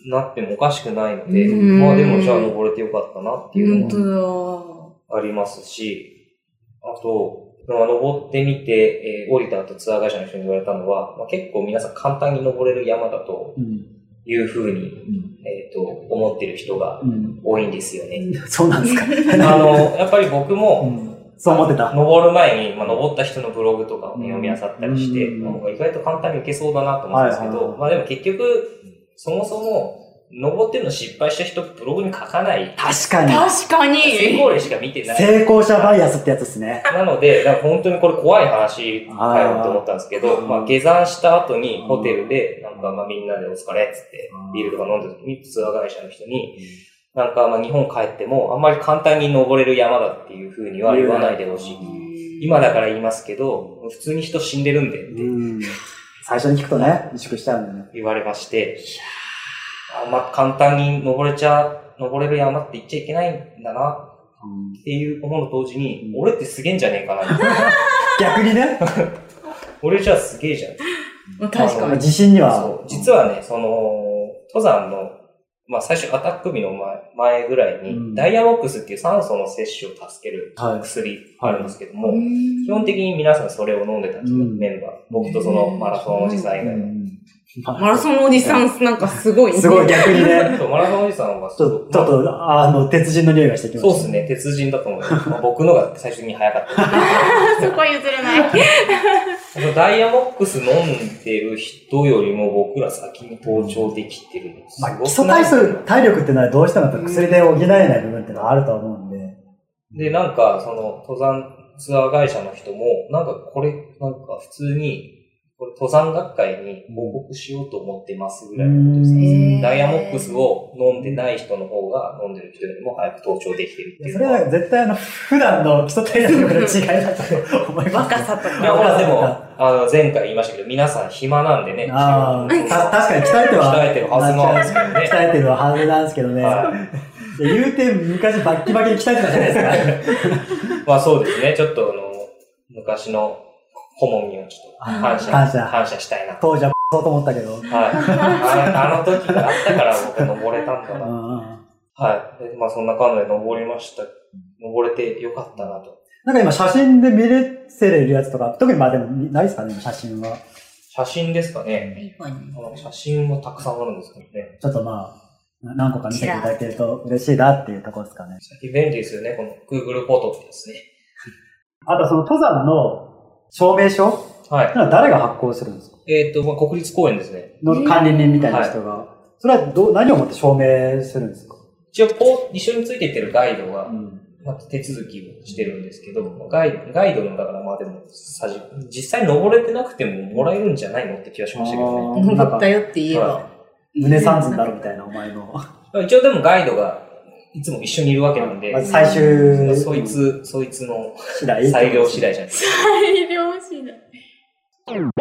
S3: なってもおかしくないので、
S2: うん
S3: まあでもじゃあ登れてよかったなっていう
S2: 本
S3: の
S2: 当
S3: もありますし、あと、まあ登ってみて、えー降りた後ツアー会社の人に言われたのは、まあ、結構皆さん簡単に登れる山だと
S1: うん
S3: いうふうに、えっ、と、思ってる人が
S1: うん
S3: 多いんですよ
S1: (laughs)
S3: ね。
S1: そうなんですか。
S3: (laughs) あの、やっぱり僕
S1: う
S3: も、
S1: んそう思ってた。
S3: 登る前に、まあ、登った人のブログとかをね、
S1: うん
S3: 読み漁ったりして、
S1: うん
S3: まあ意外と簡単にいけそうだなと思ったんですけど、
S1: はいはいはい
S3: まあでも結局、そもそも、登ってるの失敗した人、ブログに書かない。
S1: 確かに。
S2: 確かに。
S3: 成功例しか見てない。
S1: 成功者バイアスってやつですね。
S3: なので、なんか本当にこれ怖い話かよと思ったんですけど、
S1: あー
S3: まあ下山した後にホテルで、なんかまあみんなでお疲れっつって
S1: うん、
S3: ビールとか飲んでる時にツアー会社の人に、なんかまあ日本帰ってもあんまり簡単に登れる山だっていうふうには言わないでほしい。今だから言いますけど、普通に人死んでるんでって
S1: うん最初に聞くとね、萎縮しちゃうんだよね。
S3: 言われまして、あんま簡単に登れちゃ、登れる山って言っちゃいけないんだなっていう思うの同時に、
S1: うん
S3: 俺ってすげえんじゃねえかな。
S1: 逆にね、
S3: 俺じゃすげえじゃん。
S2: まあ確かに。
S1: 自信に
S3: そ
S1: は
S3: う。。実はね、その、登山の、まあ最初アタック日の前前ぐらいに、
S1: うん
S3: ダイヤモックスっていう酸素の摂取を助ける
S1: はい
S3: 薬あるんですけども、
S2: うん
S3: 基本的に皆さんそれを飲んでたんですよ、
S1: うん
S3: メンバー。僕とそのマラソンおじさん以外は。
S2: マラソンおじさん、なんかすごいね。
S1: (laughs) すごい逆にね。
S3: そうマラソンおじさんは
S1: ち
S3: す
S1: ょ
S3: ご
S1: っと、ちょっと、あの、鉄人の匂いがしてきまし
S3: そ
S1: た。
S3: うですね、鉄人だ
S1: (laughs)
S3: と思います。まあ僕のが最終的に早かった。
S2: そこは譲れない。
S3: そのダイヤモックス飲んでる人よりも僕ら先に登頂できてるのす
S1: まあ、基
S3: ご
S1: 礎
S3: くない
S1: 体数、体力っていうのはどうしてもやっぱ薬で補えない部分っていうのはあると思うんで。
S3: で、なんか、その、登山ツアー会社の人も、なんかこれ、なんか普通に、これ登山学会に報告しようと思ってますぐらいのことですね。
S2: うん
S3: ダイヤモックスを飲んでない人の方が飲んでる人よりも早く登頂できてるって
S1: い
S3: い
S1: やそうれ
S3: のは。
S1: は絶対あの、普段の基礎体力の違いだと思います。
S2: 若さと
S3: いや、
S2: か。
S3: ほら、でも、あの、前回言いましたけど、皆さん暇なんでね。
S1: ああ、
S3: 鍛
S1: た確かに鍛えては。
S3: えてるはずなんですけどね。
S1: 鍛えてるはずなんですけどね。
S3: はい
S1: や言うて昔バッキバキに鍛えてたじゃないですか。
S3: い。まあそうですね。ちょっとあの、昔の顧問 (laughs) にはちょっと感謝、
S1: 感謝
S3: 感謝したいな。
S1: 当時はそうと思ったけ (laughs) ど。
S3: はい。ああの時があったから僕登れたんだ
S1: う
S3: な。
S1: んうん
S3: はい。でまあそんな感じで登りました。登れてよかったなと。
S1: なんか今写真で見れせれるやつとか、特にまあでもないですかね、写真は。
S3: 写真ですかね。
S2: いい子に
S3: あ。の写真もたくさんあるんですけどね。
S1: ちょっとまあ、な何個か見ていただけると嬉しいなっていうところですかね。
S3: 最近便利ですよね。この Google フォトってですね。
S1: あとその登山の証明書って
S3: はい。
S1: のは誰が発行するんですか
S3: えっ、と、まあ、国立公園ですね。
S1: の管理人みたいな人が。それはどう何をもって証明するんですか、
S3: 一応こう、一緒についてってるガイドが、
S1: ん、
S3: まあ、手続きをしてるんですけど、まあガイガイドの、だからまあでも、さじ実際登れてなくてももらえるんじゃないのって気はしましたけどね。
S2: 登ったよって言えば。
S1: 胸三寸だろみたいな、お前
S3: (laughs)
S1: の。
S3: はい一応でもガイドが、いつも一緒にいるわけなんで、
S1: まず最
S3: まあ
S1: 終
S3: そいつ、そいつの
S1: 次第。
S3: 裁量次第じゃないですか。
S2: 大量死だ。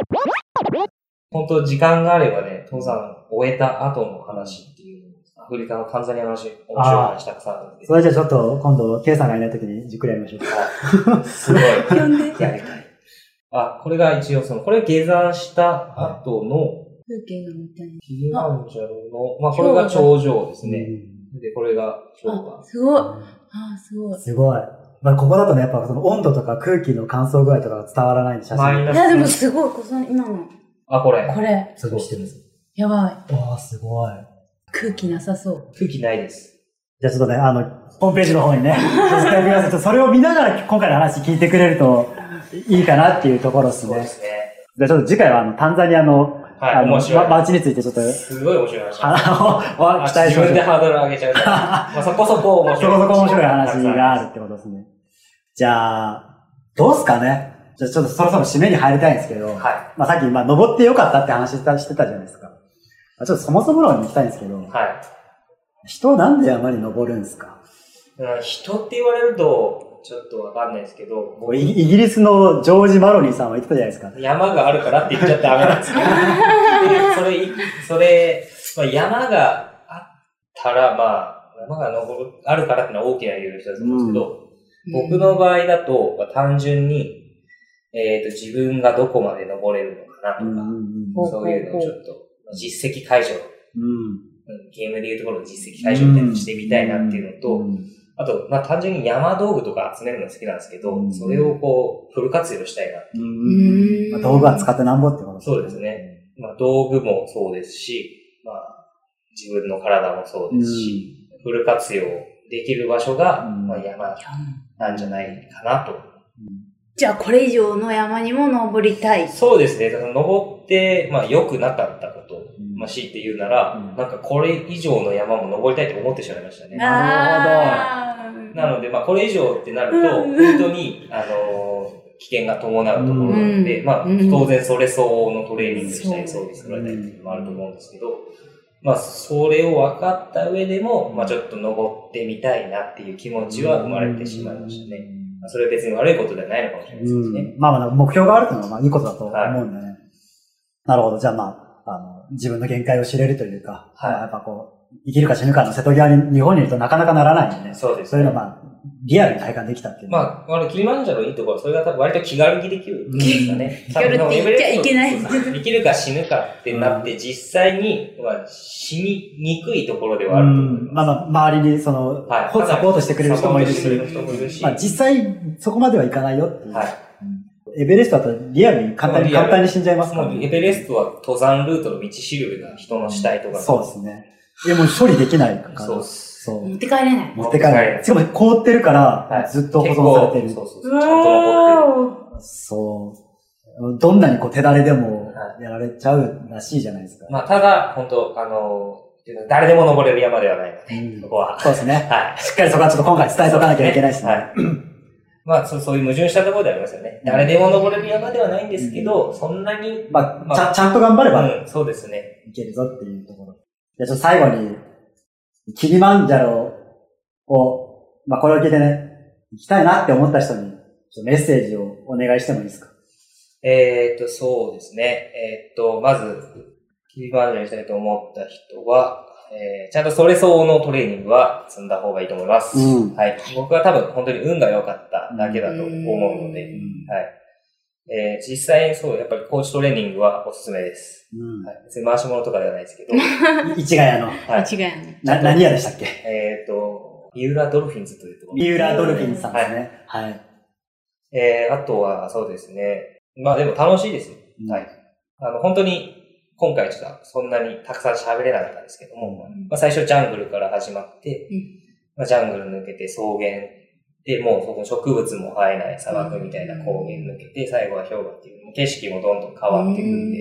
S3: 本当時間があればね、登山終えた後の話っていう、アフリカのタンザニアの話、面白い話たくさんあるんで。
S1: それじゃあちょっと今度、K さんがいない時にじっくりやりましょう。
S3: はいすごい。
S2: 呼んで。
S3: やりたい。あ、これが一応その、これ下山した後の、
S2: 風景が見たい。
S3: キリマンジャロの、まあこれが頂上ですね。
S1: う
S3: で、これが氷
S2: あ、
S3: 河。
S2: すごい。あ
S1: ん
S2: ー、すごい。
S1: すごい。まあ、ここだとね、やっぱその温度とか空気の乾燥具合とかが伝わらないんで、写
S3: マイ
S1: 真
S3: ナ
S2: いや、でも
S3: ス。
S2: すごい、こその今の。
S3: あ、これ。
S2: これ、
S1: すごいしてるんです。
S2: やば
S1: わあ、すごい。
S2: い。空気なさそう。
S3: 空気ないです。
S1: じゃあちょっとね、あの、ホームページの方にね、載せてください。それを見ながら今回の話聞いてくれるといいかなっていうところです
S3: すごいで
S1: ね。
S3: すね。
S1: じゃあちょっと次回はあの、タンザニアの、
S3: は
S1: あ
S3: い、
S1: の、
S3: 面白い。
S1: ま街についてちょっと、
S3: すごい面白い話。
S1: あの、
S3: あ
S1: 期待し
S3: 自
S1: まし
S3: 分
S1: ょう
S3: で。ハードル上げちゃ
S1: (laughs)
S3: うから。まあそこそこ面
S1: そ
S3: 白
S1: こ
S3: い。
S1: そこ面白い話があるってことですね。じゃあ、どうすかねじゃあちょっとそろそろ締めに入りたいんですけど、
S3: は
S1: まあさっき、まあ登ってよかったって話したしてたじゃないですか。まあちょっとそもそも論に行きたいんですけど
S3: い。、は
S1: 人なんで山に登るんですか
S3: いうん。人って言われると、ちょっとわかんないですけど、
S1: イギイギリスのジョージ・マロニーさんは言ってたじゃないですか。
S3: 山があるからって言っちゃダメな
S1: (laughs)
S3: んですよ。それ、それ、まあ、山があったら、まあ、山が登る、あるからってのは大きな理由の一つだと思うんですけど、僕の場合だと、まあ、単純に、えっ、と、自分がどこまで登れるのかなと
S1: うんうん
S3: か、
S1: うん
S3: そういうのをちょっと、まあ実績解除、
S1: うん
S3: うんゲームでいうところの実績解除みたいなのをしてみたいなっていうのと、
S1: うん
S3: あと、まあ単純に山道具とか集めるの好きなんですけど、
S1: うん
S3: それをこう、フル活用したいな。
S1: まあ、道具は使ってなんぼってこと
S3: そうですね。まあ道具もそうですし、まあ自分の体もそうですし、フル活用できる場所が、
S1: うん
S3: まあ山なんじゃないかなと。
S2: じゃあ、これ以上の山にも登りたい。
S3: そうですね。その登って、まあ良くなかったこと、
S1: うん
S3: まあ強いて言うなら、
S1: うん
S3: なんかこれ以上の山も登りたいと思ってしまいましたね。
S1: な
S2: るほ
S3: なので、まあ、これ以上ってなると、
S2: うん
S3: 本当に、あのー危険が伴うところなので、
S2: うん
S3: まあ、
S2: うん
S3: 当然それ相応のトレーニングしたり、装備作られたりっていうのもあると思うんですけど、まあ、それを分かった上でも、まあ、ちょっと登ってみたいなっていう気持ちは生まれてしまいましたね。まあそれは別に悪いことではないのかもしれないですけど
S1: う
S3: ね。
S1: ん、まあまあ、目標があるというのはまあいいことだと思うんでね。なるほど。じゃあまあ、あの、自分の限界を知れるというか、
S3: はい
S1: まあやっぱこう、生きるか死ぬかの瀬戸際に日本にいるとなかなかならないんでね。
S3: そうです
S1: そういうのをまあ、リアルに体感できたっていうのは。
S3: まあ、あの、キリマンジャロのいいところは、それが多分割と気軽にできるんですかね。
S2: 気軽って言っちゃいけない
S3: そうそう生きるか死ぬかってなって、実際に、まあ、死ににくいところではあると思います。
S1: まあまあ、周りにその、
S3: はい
S1: サポートしてくれる人もいる
S3: サポート
S1: し、
S3: してくれる人もいるし
S1: まあ実際そこまではいかないよっていう。
S3: はい。
S1: エベレストだとリアルに簡単に、
S3: リアル
S1: 簡単に死んじゃいますか
S3: も
S1: ら
S3: う
S1: ね。
S3: エベレストは登山ルートの道しるべが人の死体とか。
S1: そうですね。いやもう処理できないから。
S3: そうっす。
S1: そう
S2: 持って帰れない。
S1: 持ってかれ
S3: は
S1: る。
S3: い
S1: しかも凍ってるから、ずっと保存されて
S3: 結
S1: る。
S3: 構そうそうそう。ちゃんと残ってる。
S1: そう。どんなにこう手だれでも
S3: は
S1: やられちゃうらしいじゃないですか。
S3: まあ、ただ、本当あの、誰でも登れる山ではないの
S1: う
S3: で、
S1: ん
S3: ここは。
S1: そうですね。
S3: はい。
S1: しっかりそこはちょっと今回伝えとかなきゃいけないです
S3: は
S1: ね。
S3: い。まあそう、そういう矛盾したところではありますよね。誰でも登れる山ではないんですけど、そんなに、
S1: まあ、
S3: まあ
S1: ちゃんちゃんと頑張れば
S3: うん、そうですね。
S1: いけるぞっていうところ。じゃあちょっと最後に、キリマンジャロを、まあこれを聞いてね、行きたいなって思った人に、ちょっとメッセージをお願いしてもいいですか
S3: えっ、と、そうですね。えっ、と、まず、キリマンジャロにしたいと思った人は、えーちゃんとそれ相応のトレーニングは積んだ方がいいと思います。
S1: うん
S3: はい。僕は多分本当に運が良かっただけだと思うので、はい。えー実際にそう、やっぱり高知トレーニングはおすすめです。
S1: う
S3: はい、別に回し物とかではないで
S1: (laughs)
S3: すけど、
S1: ん。市ヶ谷の、
S3: はい。
S2: 違いね。
S1: な、何屋でしたっけ
S3: えっ、と、三浦ドルフィンズというところ。
S1: 三浦ドルフィンズさんで
S3: は
S1: す
S3: い。
S1: ね。はい。
S3: えー、あとは、そうですね。まあでも楽しいですよ。
S1: はい。
S3: あの、本当に、今回ちょっとそんなにたくさん喋れなかったんですけども、
S2: うん
S3: まあ最初ジャングルから始まって、
S2: うん
S3: まあ、ジャングル抜けて草原で、もうその植物も生えない砂漠みたいな高原抜けて、最後は氷河っていう、もう景色もどんどん変わってくるんで、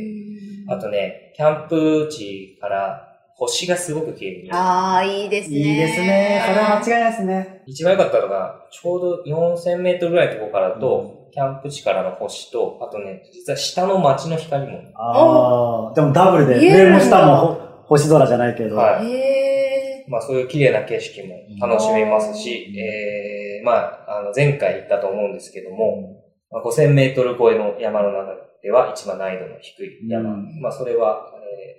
S3: あとね、キャンプ地から星がすごく綺麗に見える。
S2: ああ、いいですね。
S1: いいですね。それは間違いないですね。
S3: 一番良かったのが、ちょうど4000メートルぐらいのところからだと、キャンプ地からの星と、あとね、実は下の街の光も、
S1: ああ。でもダブルで、
S2: 見える
S1: 上
S2: んだ
S1: も下もほ星空じゃないけど。
S3: はい
S2: へえ。
S3: まあそういう綺麗な景色も楽しめますし、えー、まあ、あの前回言ったと思うんですけども、まあ、5000メートル超えの山の中では一番難易度の低い山。
S1: うん
S3: まあそれは、えー、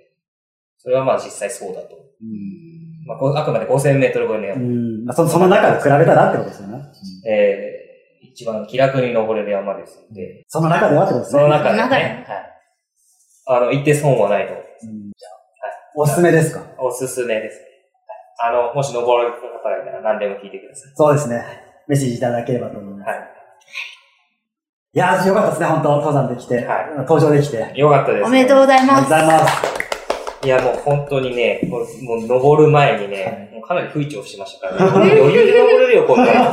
S3: それはまあ実際そうだと。
S1: うん
S3: まあこあくまで5000メートル超えの
S1: う
S3: 山、
S1: ん。まあそその中で比べたらってことですよね。
S3: えー、一番気楽に登れる山ですので、
S1: その中ではってことです
S3: そ
S1: ね。
S3: の中で、ね、
S2: 中で
S3: はい。あの、一定損はないと思います。
S1: うんおすすめですか
S3: おすすめですね。はいあの、もし登られる方がいたら何でも聞いてください。
S1: そうですね。メッセージいただければと思います。
S3: はい
S1: いやー、よかったですね、本当登山できて、
S3: はい
S1: 登場できて。あり
S3: よかったです、
S2: おめでとうござい
S1: がとうご
S2: ま
S3: (laughs)
S2: す。
S1: ざいます。
S3: いや、もう本当にね、もう、もう登る前にね、もうかなり不一をしてましたから、ね、余裕で登れるよ、こんなの。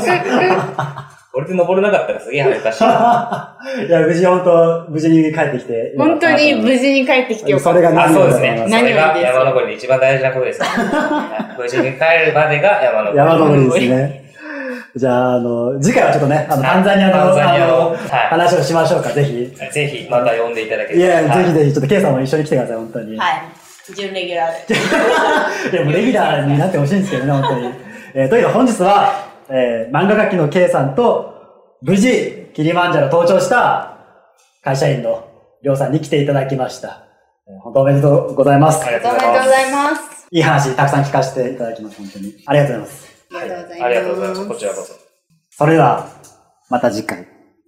S3: 俺で登れなかったらすげえ恥ず
S1: (laughs)
S3: かしい。あ
S1: いや、無事、本当無事に帰ってきて。
S2: 本当に無事に帰ってきてよか
S1: そ
S2: っ
S1: れが何
S3: そ
S1: よ
S3: う
S1: りだ
S3: です
S1: と思い
S3: ね。
S1: ます
S3: それが
S2: 何よりです
S3: 山登りで一番大事なこ
S1: (laughs)
S3: とですから、ね。無事に帰るまでが山登り。
S1: 山登りですね。じゃあ、あの、次回はちょっとね、あの、タンザニアの、
S3: タンザニア
S1: あ
S3: の
S1: の、
S3: は
S1: 話をしましょうか、ぜひ。
S3: い。ぜひ、また呼んでいただけ
S1: い
S3: れば。
S1: や、
S3: はい
S1: ぜひぜひ、ちょっと、ケイさんも一緒に来てください、本当に。
S2: た。はい。準レギュラーで。
S1: いや、もうレギュラーになってほしいんですけどね、本当に。えーというわけで本日は、えー漫画描きの K さんと、無事、キリマンジャロ登頂した会社員のりょうさんに来ていただきました。えー本当おめでとうございます
S3: あ。りが
S2: お
S3: とう
S2: め
S3: ご
S2: で
S3: ざ
S2: とうご
S3: います。
S2: ざいます。
S1: いい話、たくさん聞かせていただきます、本当に。ありがとうございます。
S2: ありがとうございます。
S3: ありがとうございます。こちらこそ。
S1: それでは、また次回。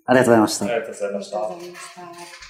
S1: ありがとうございました
S3: あり。がとうございました
S2: あ。りがとうございました。